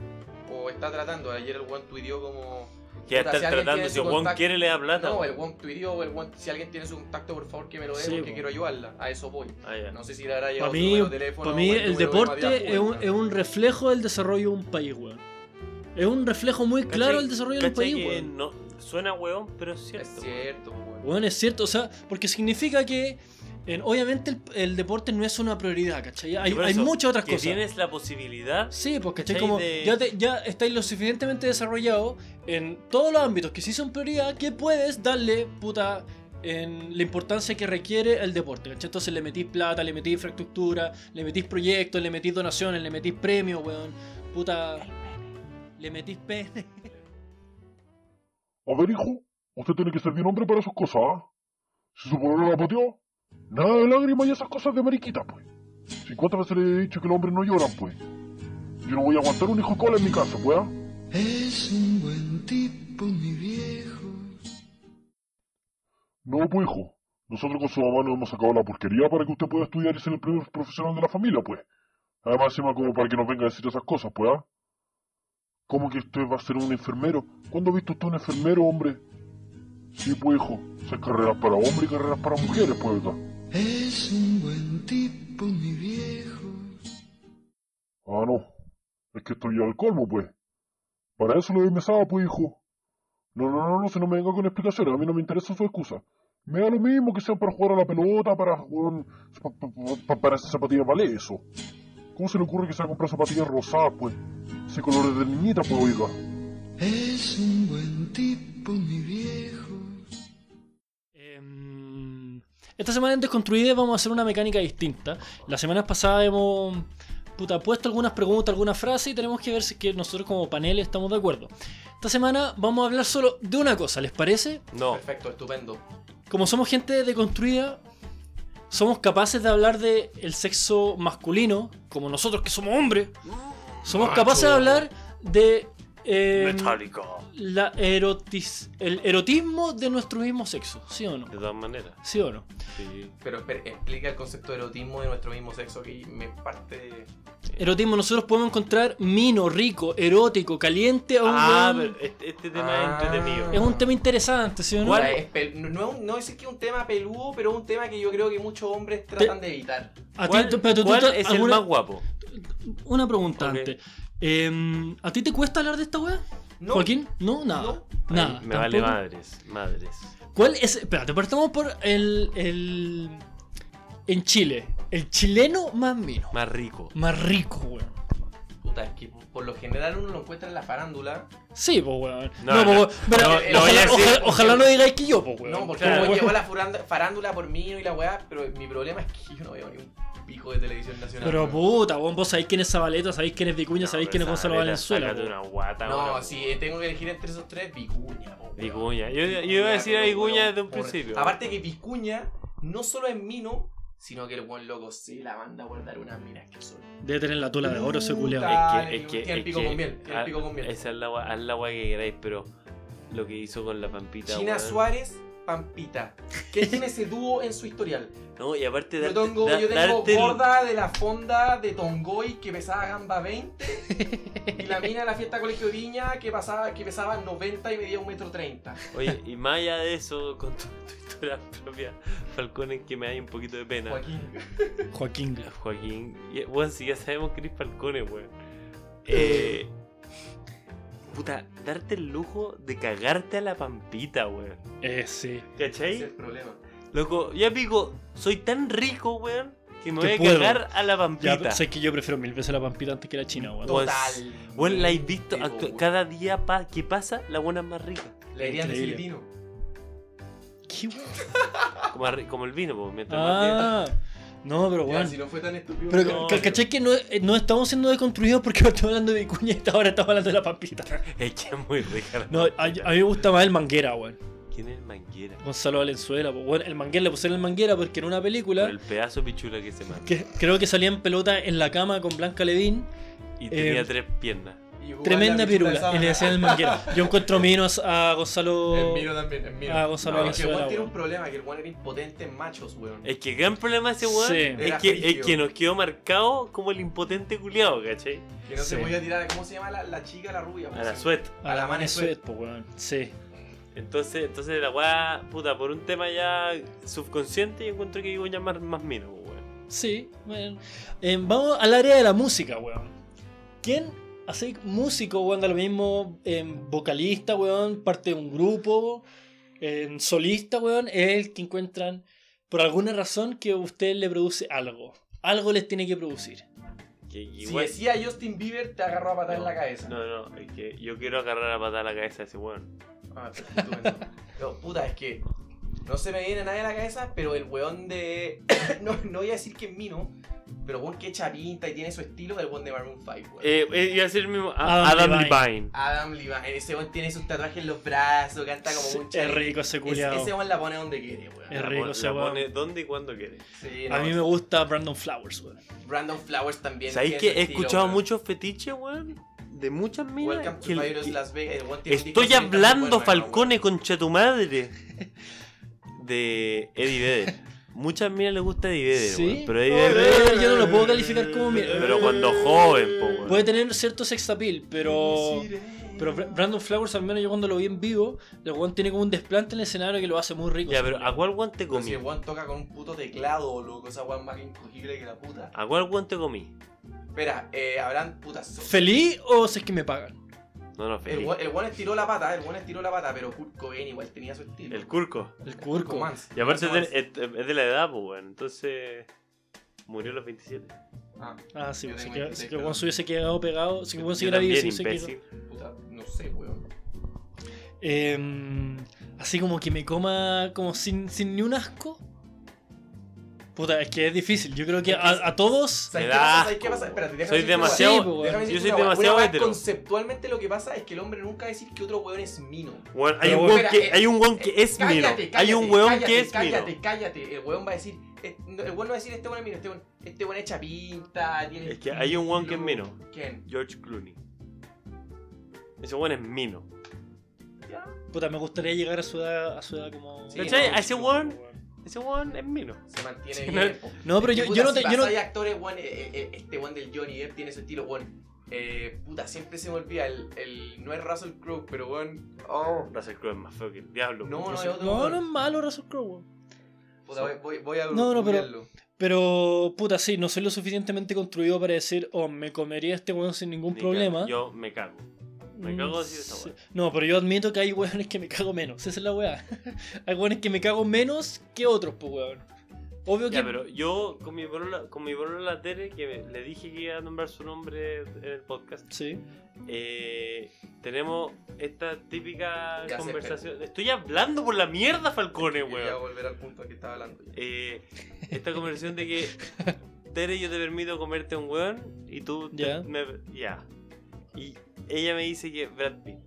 O está tratando, ayer el one tuiteó como. Que ya Puta, si están alguien tratando, tiene si su el weón contacto- quiere le da plata. No, el weón. one tuiteó, el weón, si alguien tiene su contacto, por favor que me lo dé Sí, porque po. quiero ayudarla. A eso voy. Ah, ya. No sé si le habrá Para llegado su mí, número de teléfono. pa' o mí el el número de Matías deporte es un, Puelta. es un reflejo del desarrollo de un país, weón. Es un reflejo muy ¿Cachai- claro del desarrollo de un cachai país, que weón. No, suena weón, pero es Es cierto. weón. cierto, weón. Bueno, es cierto, o sea, porque significa que en- obviamente el, el deporte no es una prioridad, ¿cachai? Hay, Que por hay eso, muchas otras que cosas. tienes la posibilidad. Sí, porque ¿cachai? ¿Cachai? Como De- ya, te- ya estáis lo suficientemente desarrollado en todos los ámbitos que sí son prioridad que puedes darle puta en la importancia que requiere el deporte, ¿cachai? Entonces le metís plata, le metís infraestructura, le metís proyectos, le metís donaciones, le metís premios, weón. Puta. Le metís pene. A ver, hijo, usted tiene que ser bien hombre para sus cosas, ¿ah? Si su pueblo la puteó, nada de lágrimas y esas cosas de mariquita, pues. 50 veces le he dicho que los hombres no lloran, pues. Yo no voy a aguantar un hijo de cola en mi casa, pues. ¿ah? Es un buen tipo, mi viejo. No, pues, hijo. Nosotros con su mamá nos hemos sacado la porquería para que usted pueda estudiar y ser el primer profesional de la familia, pues. Además, encima como para que nos venga a decir esas cosas, pues, ¿ah? ¿Cómo que usted va a ser un enfermero? ¿Cuándo ha visto usted un enfermero, hombre? Sí, pues, hijo. Esas carreras para hombres y carreras para mujeres, pues, ¿verdad? Es un buen tipo, mi viejo. Ah, no. Es que estoy al colmo, pues. Para eso lo he mesado, pues, hijo. No, no, no, no, si no me venga con explicaciones. A mí no me interesa su excusa. Me da lo mismo que sea para jugar a la pelota, para weón, pa- pa- pa- pa- para esas zapatillas, vale eso. ¿Cómo se le ocurre que se va a comprar zapatillas rosadas, pues? Ese colores de niñita, pues, oiga. Es un buen tipo, mi viejo. Em, esta semana en Desconstruides vamos a hacer una mecánica distinta. Las semanas pasadas hemos puta, puesto algunas preguntas, algunas frases y tenemos que ver si es que nosotros como panel estamos de acuerdo. Esta semana vamos a hablar solo de una cosa, ¿les parece? No. Perfecto, estupendo. Como somos gente deconstruida, somos capaces de hablar de el sexo masculino, como nosotros que somos hombres. Somos Macho. capaces de hablar de... em, Metallica. la erotis- el erotismo de nuestro mismo sexo, ¿sí o no? De todas maneras. ¿Sí o no? Sí. Pero espera, explica el concepto de erotismo de nuestro mismo sexo que me parte. Erotismo, nosotros podemos encontrar mino, rico, erótico, caliente a un Ah, weón. Ah. pero este, este tema es entretenido. Es un tema interesante, ¿sí o no? O sea, es pel- no, no, es un- no es que es un tema peludo, pero es un tema que yo creo que muchos hombres tratan de evitar. A ti- ¿Cuál, tú- pero tú- tú- cuál tú- es el alguna- más guapo? Una pregunta Ok. antes. Em, ¿A ti te cuesta hablar de esta weá? No. ¿Joaquín? No, nada. Nada. Me vale tampoco. madres, madres. ¿Cuál es? Espérate, partamos por el, el. En Chile. El chileno más mino. Más rico. Más rico, weón. Puta, es que por lo general uno lo encuentra en la farándula. Sí, pues weón. No, No, po, no. weón. Pero No, eh, no voy ojalá, a decir- ojalá- ojalá no digáis que yo, pues weón. No, porque claro. como llegó a la furanda- farándula por mí y la weá, pero mi problema es que yo no veo ni un pico de televisión nacional. Pero weón. puta, weón, vos sabéis quién es Zabaleta, sabéis quién es Vicuña, sabéis No, quién es pero esa Gonzalo maleta, Valenzuela. sácate po. una guata. No, una- si tengo que elegir entre esos tres, Vicuña. po, weón. Vicuña. Yo, yo iba a decir a pero, Vicuña weón, desde un por- principio. Aparte que Vicuña no solo es mino, sino que el buen loco sí la manda a guardar unas minas que son. Debe tener la tula de oro ese culeado. Puta. Es que, Dale, es que, tiene el es pico que- con miel, tiene el ah, pico con miel. Esa es la gua- haz la guay que queráis, pero lo que hizo con la pampita. China weón. Suárez, Pampita. Que tiene ese dúo en su historial. No, y aparte Yo darte, tengo, da- yo tengo darte el- gorda de la fonda de Tongoy que pesaba gamba 20. y la mina de la fiesta colegio Viña que, pasaba, que pesaba 90 y medía 1,30 metro 30. Oye, y más allá de eso, con tu, tu historia propia, Falcón, en que me da un poquito de pena. Joaquín. Joaquín. Joaquín. y- Bueno, si ya sabemos que eres Falcone, weón. Eh, puta, darte el lujo de cagarte a la pampita, weón. Eh, sí. ¿Cachai? Ese es el problema. Loco, ya pico, soy tan rico, weón, que me Que voy a puedo. cagar a la Ya, pampita. sé que yo prefiero mil veces la pampita antes que la china, weón. No, Pues, Total. Bueno, la he visto ah, Tipo, actu- weón. cada día pa- que pasa, la buena es más rica. Le dirían de Increíble. filipino. Oh. ¿Qué weón? Como, arri- como el vino, pues, mientras más Ah. No, pero Ya, weón. Si no fue tan estúpido. Pero no, ca- no. ¿cachai que no, eh, no estamos siendo deconstruidos porque estamos hablando de Vicuña y ahora estamos hablando de la pampita? bien- Es que es muy rica. la No, a, a mí pampita. me gusta más el manguera, weón. ¿Quién es el manguera? Gonzalo Valenzuela, po, weón. El manguera le pusieron el manguera porque en una película Por el pedazo de pichula que se manda. que creo que salía en pelota en la cama con Blanca Levín. Y tenía Eh, tres piernas. Y jugar Tremenda la pistola pirula. de Y sábana. le decían el manguera. Yo encuentro minos a Gonzalo. En miro también, en miro. Ah, Gonzalo No, es que el Valenzuela, Juan tiene weón. un problema, que el Juan era impotente en machos, weón. Es que el gran problema de ese weón Sí. es, Era que, es frigio. que nos quedó marcado como el impotente culiado, ¿cachai? Que no se sí. podía tirar, ¿cómo se llama la, la chica, la rubia? A pues? la suerte. A la mano Suet. po, weón. Sí. Entonces, entonces la weá, puta, por un tema ya subconsciente, yo encuentro que digo ya más, más menos, weón. Sí, bueno. Eh, vamos al área de la música, weón. ¿Quién hace músico, weón? Da lo mismo em, vocalista, weón, parte de un grupo, em, solista, weón. Es el que encuentran por alguna razón que a usted le produce algo. Algo les tiene que producir. Que Si igual. decía Justin Bieber, te agarró a patar en la cabeza. No, no, es que yo quiero agarrar a patada la cabeza a ese weón. Ah, pero estupendo. Pero, puta, es que No se me viene nadie a la cabeza, pero el weón de. no, no voy a decir que es Mino, pero weón que echa pinta y tiene su estilo del weón de Maroon 5, weón. Eh, eh, iba a decir el mismo. a- Adam, Levine. Adam Levine. Ese weón tiene sus tatuajes en los brazos, canta como Sí, un es rico ese culiao. Ese weón la pone donde quiere, weón. La Es rico pon- ese la weón. pone donde y cuando quiere. Sí, A no, mí me gusta Brandon Flowers, weón. Brandon Flowers también. ¿Sabéis que tiene su he estilo, escuchado weón. muchos fetiches, weón? De muchas minas. Welcome to que- Virus que- Las Vegas. El weón tiene un disco Estoy solista muy bueno, hablando, weón. Falcone, concha tu madre. De Eddie Vedder. Muchas minas les gusta Eddie Vedder, Sí. weón, Pero No, Eddie pero Vedder. yo no lo puedo calificar como mi- Pero cuando joven, po, weón. Puede tener cierto sex appeal, pero. Pero Bra- Brandon Flowers, al menos yo cuando lo vi en vivo, el weón tiene como un desplante en el escenario que lo hace muy rico. Ya, pero ¿a cuál weón te Pero Si comí? el weón toca con un puto teclado, loco, esa weón más incogible que la puta. ¿A cuál weón te comí? Espera, eh, habrán putas. ¿Feliz o si es que me pagan? No, no, El feliz. weón el weón estiró la pata, el weón estiró la pata, pero Kurt Cobain igual tenía su estilo. Ah, El curco. El curco. Mans. Y aparte es Mans. de, es- es de la edad, pues, weón. Entonces. Murió a los 27. Ah, Ah, sí, yo si tengo que, 26, si que el perdón. weón se hubiese quedado pegado, si que el weón Yo siguiera vivo, también, se hubiese quedado- imbécil. Puta, no sé, weón. Em, así como que me coma como sin, sin ni un asco. Puta, es que es difícil. Yo creo que a, a todos. ¿Sabes Me qué da pasa? ¿Sabes qué asco, pasa? weón. Espérate, déjame Soy decirte una demasiado- weá. Déjame yo decirte soy una weá. Una demasiado weá hetero. Conceptualmente lo que pasa es que el hombre nunca va a decir que otro weón es mino. Weón, hay, Pero, un weón, weón que, espera, eh, hay un weón que es Cállate, mino. cállate, hay un weón cállate, que es Cállate, mino. cállate. El weón va a decir. eh, no, El weón no va a decir este weón es mino. Este weón, este weón echa pinta. Tiene Es que hay un weón que es estilo. mino. ¿Quién? George Clooney. Ese weón es mino. Puta, me gustaría llegar a su edad, a su edad como. Sí, ¿Cachai? no, A ese weón. Ese weón es mino. Se mantiene Sí, bien. no- po. No, pero Es que, yo- yo puta, no te- si yo pasa, no- Hay actores, weón. eh, eh, Este weón del Johnny Depp tiene su estilo, weón. Eh, puta, siempre se me olvida. El, el, no es Russell Crowe, pero weón. Oh. Russell Crowe es más feo que el diablo. No, weón. no, es otro No, weón. no es malo Russell Crowe. weón. Puta, voy, voy, voy a No, no, pero- googlearlo. Pero, puta, sí, no soy lo suficientemente construido para decir, oh, me comería este weón sin ningún Ni problema. cago. Yo me cago. me Mm, cago de decir esa sí. weá. No, pero yo admito que hay weones que me cago menos. Esa es la weá. hay weones que me cago menos que otros, pues weón. Obvio Ya, que. pero yo con mi bolola, con mi bolola Tere, que me- le dije que iba a nombrar su nombre en el podcast, Sí. eh, tenemos esta típica Ya sé, conversación. Estoy hablando por la mierda, Falcone, Voy a weón. volver al punto que estaba hablando. ya. Eh, esta conversación de que Tere, yo te permito comerte un weón y tú te- Ya. me. Ya. Y ella me dice que Brad Pitt.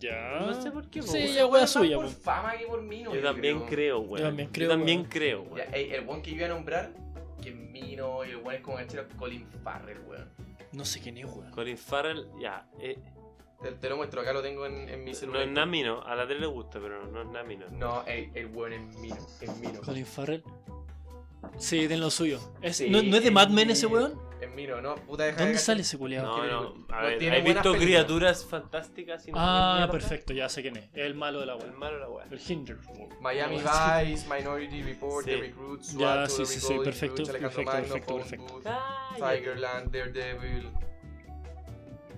Ya. No sé por qué, po, Sí, weón. ya Weón, weá más suya, por po. fama que por mino. Yo también creo, weón. Yo también creo, también weón. creo, weón. Ya, ey, el weón que yo iba a nombrar, que es Mino, y el weón es como ganchero, Colin Farrell, weón. No sé quién es, weón. Colin Farrell, ya. eh, Te, te lo muestro, acá lo tengo en, en mi no celular. es Namino, a la Tere le gusta, pero no es Namino. No, ey, el weón es Mino, es Mino. Colin Farrell. Sí, tiene lo suyo. Es- Sí, ¿no, no es de Mad Men ese Mino, weón? Es Mino, no, puta, deja de ¿Dónde cachar. sale ese culiado? No, ¿Qué no. película? A No ver, tiene ¿has buenas visto películas. criaturas fantásticas? y no Ah, mierda? perfecto, ya sé quién es. Es el malo de la El weón. malo la weá. El Hinder. Miami Sí. Vice, Minority Report, Sí. The Recruits, Ya, SWAT, sí, To The sí, sí, Recall, perfecto, Bruce, Alejandro perfecto, Magno, perfecto, Phone perfecto. Booth, Cállate. Tigerland, Daredevil.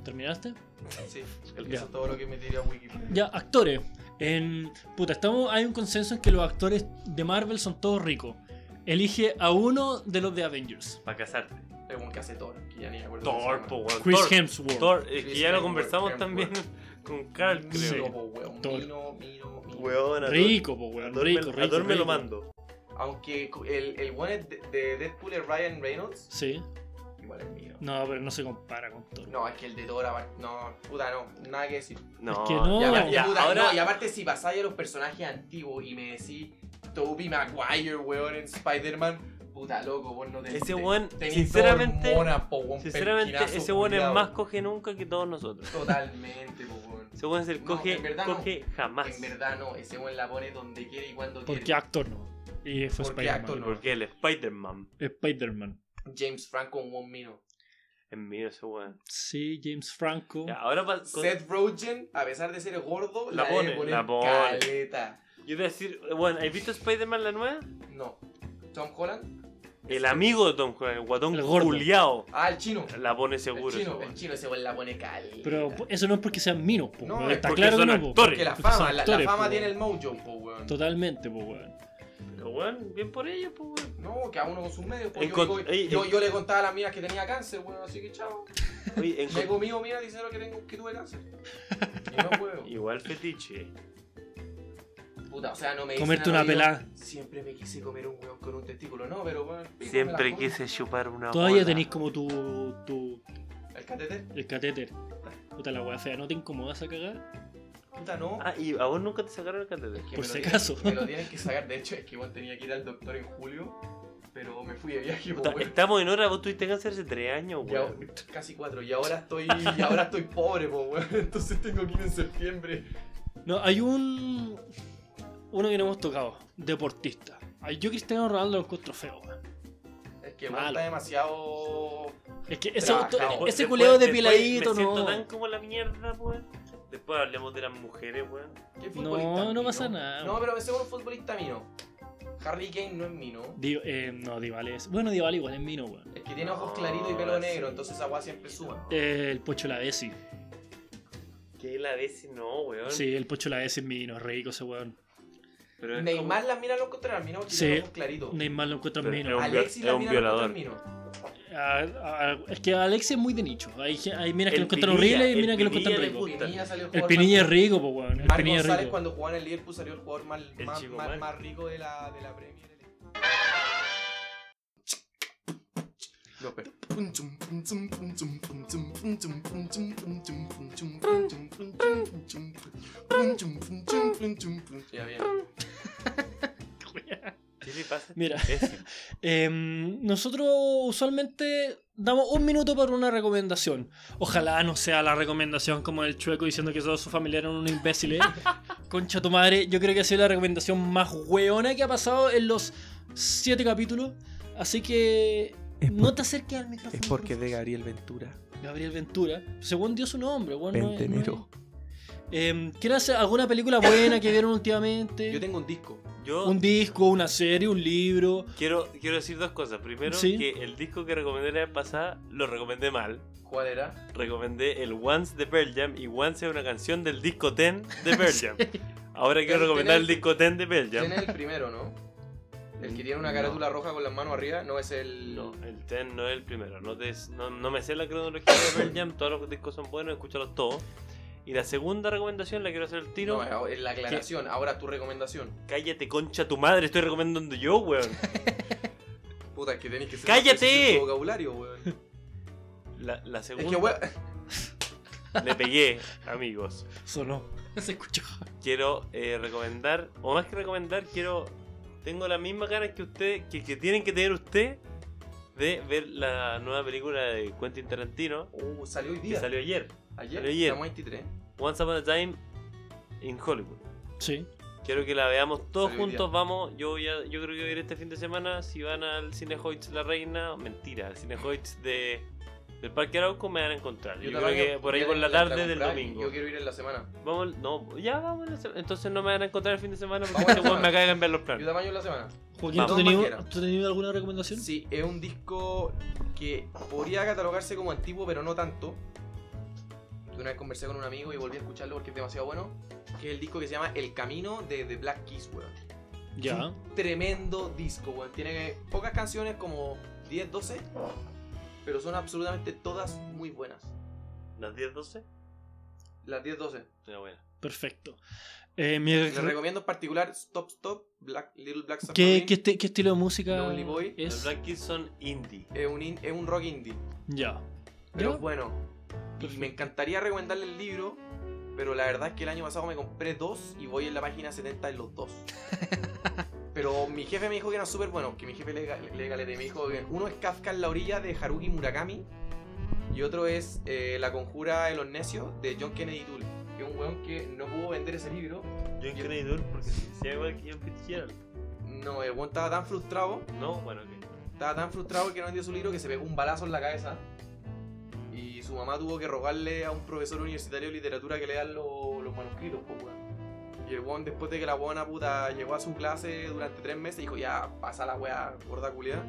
¿Terminaste? Sí, Ya. eso es todo lo que me diría Wikipedia. Ya, actores. En, puta, estamos, hay un consenso en que los actores de Marvel son todos ricos. Elige a uno de los de Avengers. Para casarte. El weón que hace Thor, que ya ni me acuerdo. cómo se Thor, llama. po, weón. Chris Thor, Hemsworth. Thor, es que Chris ya lo Hemsworth, conversamos Hemsworth. también con Carl, Mino, creo. po, weón, Thor. Mino, Mino, Mino. Weón, a Thor- Rico, po, weón. a Thor me- Rico, a rico. Thor me lo rico. mando. Aunque cu- el, el one de, de Deadpool es Ryan Reynolds, Sí. igual es mío. No, pero no se compara con Thor. No, es que el de Thor, apar- no, puta, no, nada que decir. No, que no. ya, Ya, ya, puta, ahora, no, y aparte, si pasáis a los personajes antiguos y me decís Tobey Maguire, weón, en Spider-Man, puta loco, vos no tenés. Ese te- weón, tenés sinceramente, hormona, po, weón, sinceramente, perkinazo ese weón es culiao. más coge nunca que todos nosotros. Totalmente, po, weón. Ese weón es el No, coge, en verdad no. coge jamás. En verdad, no, ese weón la pone donde quiere y cuando Porque quiere. actor no. Y fue Porque actor Spider-Man. no. Porque el Spider-Man Spider-Man. James Franco, un buen mino. es mío ese weón. Sí, James Franco. Ya, ahora pa- con- Seth Rogen, a pesar de ser gordo, la, La debe pone, poner la pone. caleta. yo te voy a decir, weón, ¿has visto Spider-Man la nueva? No. ¿Tom Holland? El amigo de Tom Holland, el guatón El gordo. culiao. Ah, el chino. La pone El seguro. ese chino, weón. el chino ese weón la pone caleta. Pero eso no es porque sean minos, po, No, weón. es Está porque claro que son no, po. actores. Que la Porque fama, son la- la, actores, fama po, tiene el weón. mojo, po, weón. Totalmente, po, weón. Pero weón, bien por ellos, pues weón. No, que a uno con sus medios, po. En Yo, con- digo- ey, yo- en- yo le contaba a las minas que tenía cáncer, weón, así que chao. Oye, Me he encont- comido minas diciendo que, tengo, que tuve cáncer. Y no, weón. Igual fetiche. Puta, o sea, no me dicen Comerte a una mí, pelada. Siempre me quise comer un hueón con un testículo, no, pero bueno. pico, me Siempre la quise chupar una Todavía bola. tenéis como tu, tu. como. ¿El catéter? el catéter. Puta la weá fea, ¿no te incomoda esa cagada? Puta, no. Ah, ¿y a vos nunca te sacaron el catéter? Que Por me lo si tienen- acaso. Me lo tienen que sacar. De hecho, es que igual tenía que ir al doctor en julio, pero me fui de viaje. Puta, pues, estamos en hora, vos tuviste cáncer hace tres años, Ya, weón. Eh, casi cuatro. Y ahora estoy, y ahora estoy pobre, po, weón. Entonces tengo que ir en septiembre. No, hay un. Uno que no hemos tocado, deportista. Ay, Yo Cristiano Ronaldo lo encuentro feo, weón. Es que Malo. weón, está demasiado. Es que ese, Trabajado. auto- ese Después- culeo después depiladito, Me siento no. tan como la mierda, weón. Después hablemos de las mujeres, weón. ¿Qué futbolista No, no mino? pasa nada. No, pero pensemos en un futbolista mío. Harley Kane no es mío. Di- eh, no, Dybala es. Bueno, Dybala igual es mino, weón. Es que tiene ojos No, claritos y pelo Ah, sí. negro, entonces agua siempre suba. Eh, el Pocho Lavesi. Que la vez no, weón. Sí, el Pocho Lavesi es mino, es rico ese weón. Pero es Neymar las mira lo contrario, mira porque Sí. tiene ojos claritos. Neymar lo encuentro Pero- mino. un Alexis viol- es las un mira lo violador. contrario, mino. A- a- es que Alex es muy de nicho. Hay, gen- hay minas que El lo encuentran Pinilla, horrible y el minas que lo Pinilla encuentran le rico. gusta. Pinilla salió El jugador Pinilla es más- rico, po, weón. El Marc Pinilla es González rico. cuando jugaba en el Liverpool salió el jugador más, El más, chico más- mal. más rico de la, de la Premier. Ya bien. ¿Qué le pasa? Mira. Imbécil. Em, nosotros usualmente damos un minuto para una recomendación. Ojalá no sea la recomendación como el chueco diciendo que todos sus familiares eran unos imbéciles. Concha tu madre, yo creo que ha sido la recomendación más weona que ha pasado en los siete capítulos. Así que Es no te acerques al micrófono. Es porque por de favor. Gabriel Ventura. Gabriel Ventura. Según Dios su nombre, bueno. no es- no es- Ventenero. Em, ¿Quieren hacer alguna película buena que vieron últimamente? Yo tengo un disco. Yo Un disco, una serie, un libro. quiero, quiero decir dos cosas. Primero, Sí. que el disco que recomendé la vez pasada lo recomendé mal. ¿Cuál era? Recomendé el Once de Pearl Jam y Once es una canción del disco Ten de Pearl Jam. Ahora quiero Ten- recomendar ten- el disco Ten de Pearl Jam. Tiene el primero, ¿no? El que tiene una carátula roja con las manos arriba, no es el. No, el Ten no es el primero. No, te- no, no me sé la cronología de Pearl Jam. Todos los discos son buenos, escúchalos todos. Y la segunda recomendación la quiero hacer el tiro. No, es- es la aclaración. Ahora tu recomendación. Cállate, concha tu madre. Estoy recomendando yo, weón. Puta, es que tenés que ser ¡Cállate! más preciso en tu vocabulario, weón. La, la Es que, segunda weón. le pegué, amigos. Sonó. Se escuchó. quiero eh, recomendar, o más que recomendar, quiero. Tengo las mismas ganas que usted, que, que tienen que tener usted de ver la nueva película de Quentin Tarantino Uh, salió hoy que día. salió ayer, Ayer, salió ayer. estamos 23. Once Upon a Time in Hollywood. Sí. Quiero que la veamos todos Salió hoy juntos, día. vamos. Yo voy a- yo creo que voy a ir este fin de semana. Si van al Cinehoits La Reina, mentira, al Cinehoits de, del Parque Arauco me van a encontrar. Yo, creo también que por ahí voy a por la ir a tarde del comprar, domingo. Yo quiero ir en la semana. Vamos, no, ya vamos. la se- Entonces no me van a encontrar el fin de semana porque Vamos la este weón me semana. acaba de cambiar los planes. Yo tamaño en la semana. Joaquín, ¿tú Vamos. tenías, Manguera. ¿tú tenías alguna recomendación? Sí, es un disco que podría catalogarse como antiguo, pero no tanto. Que Una vez conversé con un amigo y volví a escucharlo porque es demasiado bueno. Que es el disco que se llama El Camino de The Black Keys, weón. Ya. Tremendo disco, weón. Tiene pocas canciones, como 10, 12. Pero son absolutamente todas muy buenas. ¿Las 10, 12? Las 10, 12. Pero bueno. Perfecto. Eh, mi- Les recomiendo en particular Stop Stop, Black, Little Black ¿Qué, Submarine. qué este- qué estilo de música Lonely Boy, es? Los Black Keys son indie. Es un, in- es un rock indie, Ya. pero ¿Ya? es bueno. Y Perfecto. me encantaría recomendarle el libro, pero la verdad es que el año pasado me compré dos y voy en la página 70 en los dos. pero mi jefe me dijo que era súper bueno, que mi jefe le, le, galete, me dijo que uno es Kafka en la orilla de Haruki Murakami y otro es eh, La conjura de los necios de John Kennedy Toole, que es un weón que no pudo vender ese libro. Yo en Creedor porque se decía igual que John Fitzgerald. No, el weón estaba tan frustrado No, bueno, ok. Estaba tan frustrado que no vendió su libro que se pegó un balazo en la cabeza. Y su mamá tuvo que rogarle a un profesor universitario de literatura que le dan lo- los manuscritos, pues, weón. Y el weón, después de que la buena puta llegó a su clase durante tres meses, dijo: Ya, pasa la weá, gorda culiada.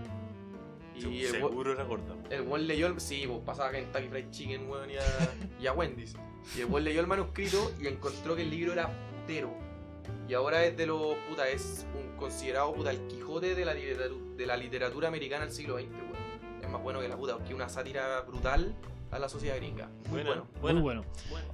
Y el weón, Seguro la corta. el weón leyó el. Sí, pues pasaba a Kentucky Fried Chicken, weón, y a, y a Wendy's. Y el weón leyó el manuscrito y encontró que el libro era putero. Y ahora es de los. puta, es un considerado puta el Quijote de la, literatura, de la literatura americana del siglo XX, weón. Es más bueno que la puta, porque es una sátira brutal a a la sociedad gringa. Muy Buena, bueno. Muy bueno.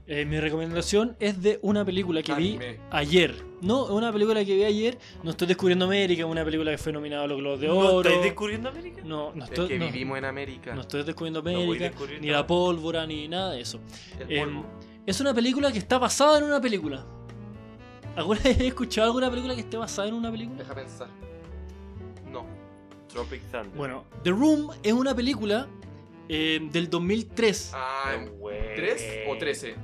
Eh, mi recomendación es de una película que Anime. vi ayer. No, es una película que vi ayer. No estoy descubriendo América, una película que fue nominada a los Globos de ¿No Oro. estáis descubriendo América? No, no Es estoy. que no, vivimos en América. no estoy descubriendo voy América, descubriendo- ni la pólvora, ni nada de eso. El Eh, polvo. es una película que está basada en una película. ¿Alguna vez he escuchado alguna película que esté basada en una película? Deja pensar. No. Tropic Thunder. Bueno, The Room es una película eh, del 2003. Eh. Ah, ¿Tres o trece?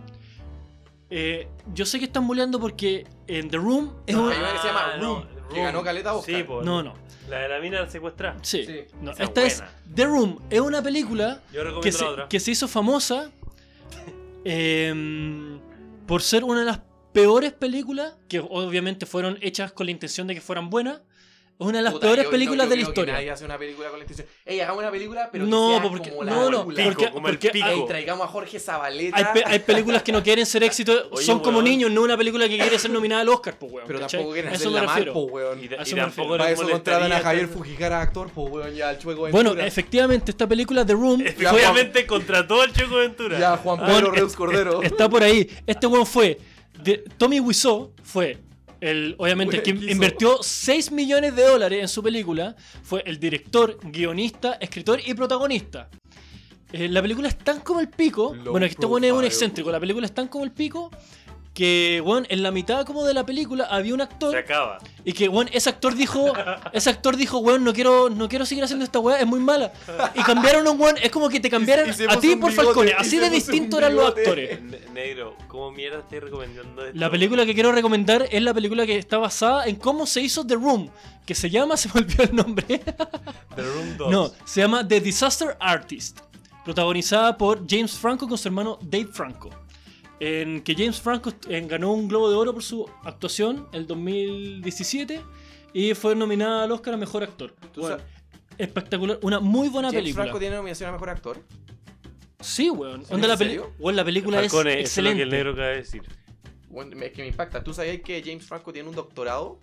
Eh, yo sé que están boleando porque en The Room es No, un- hay una que se llama Room, que ganó Caleta Oscar. Ah, Sí, po. No, no. La de la mina secuestrada. Sí. Sí. No, Esa esta es buena. The Room. Es una película Yo recomiendo que se, la otra. que se hizo famosa em, por ser una de las peores películas, que obviamente fueron hechas con la intención de que fueran buenas. Es una de las Puta, peores yo- películas yo de la creo que Nadie historia. hace una película con la intención. Ey, hagamos una película, pero que No, sea porque, como la no, no, película. porque, como el porque pico. hay, Ey, traigamos a Jorge Zabaleta. hay pe- hay películas que no quieren ser éxito, Oye, son como weón. niños, no una película que quiere ser nominada al Oscar, pues, weón. pero ¿cachai? tampoco quieren A eso hacerla me mal, refiero. po, weón. Y, ta- A y eso me tampoco refiero. Para les eso contratan a molestaría Javier tan- Fujigara, actor, po, weón, ya, el chueco Bueno, Ventura. efectivamente, esta película The Room Ya, Obviamente contrató al Choco Ventura. Ya, Juan Bueno, Pedro es- Reus Cordero. está por ahí. Este weón fue. de- Tommy Wiseau fue. El, obviamente, el que Wiseau. invirtió 6 millones de dólares en su película fue el director, guionista, escritor y protagonista. Eh, la película es tan como el pico. Low bueno, este weón es un profile. excéntrico. La película es tan como el pico que, weón, en la mitad como de la película había un actor Se acaba. y que, weón, ese actor dijo, ese actor dijo, weón, no quiero, no quiero seguir haciendo esta weá, es muy mala. Y cambiaron a un weón, es como que te cambiaran Hicimos a ti un por bigote, Falcone, así de hicimos un distinto eran los bigote. actores. Ne- Negro, ¿cómo mierda estoy recomendando esto? La película que quiero recomendar es la película que está basada en cómo se hizo The Room, que se llama, se me olvidó el nombre, The Room 2. no, se llama The Disaster Artist, protagonizada por James Franco con su hermano Dave Franco. En que James Franco eh, ganó un Globo de Oro por su actuación el 2017 y fue nominada al Oscar a Mejor Actor. Tú Bueno, sabes- espectacular, una muy buena James película. Franco tiene nominación a mejor actor. Sí, weón. ¿En Onda la, peli- serio? weón, la película es Falcone, eso es lo que excelente. el negro acaba de decir. Bueno, me- que me impacta. ¿Tú sabías que James Franco tiene un doctorado?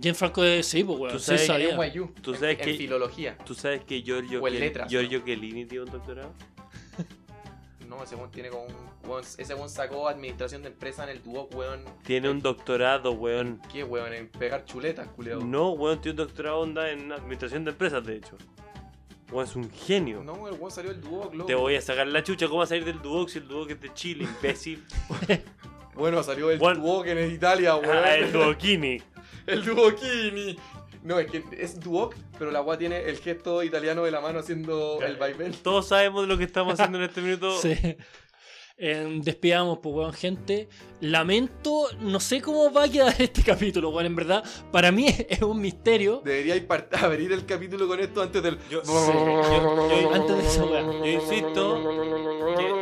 James Franco es sí, pues, weón. Tú sí sabes que sabía. en NYU. Tú en- sabes en que- filología. ¿Tú sabes que Giorgio, O en Chel- letras, Giorgio Chiellini tiene un doctorado? No, ese weón tiene como un. weón, ese weón sacó administración de empresa en el Duoc, weón. Tiene un doctorado, weón. ¿Qué weón? En pegar chuletas, culeado. No, weón, tiene un doctorado onda en administración de empresas, de hecho. Weón, es un genio. No, el weón salió del Duoc, loco. Te voy a sacar la chucha, ¿cómo va a salir del Duoc si el Duoc es de Chile, imbécil? Bueno, salió del Weón. Duoc en Italia, weón. ah, el Duoquini. El Duoquini. No, es que es Duoc, pero la weá tiene el gesto italiano de la mano haciendo el vaivén. Todos sabemos de lo que estamos haciendo en este minuto. Sí. Em, despidamos, pues, weón, gente. Lamento, no sé cómo va a quedar este capítulo, weón, en verdad. Para mí es, es un misterio. Debería ir par- abrir el capítulo con esto antes del. Yo, Sí. yo- yo- Antes de esa weá. yo insisto que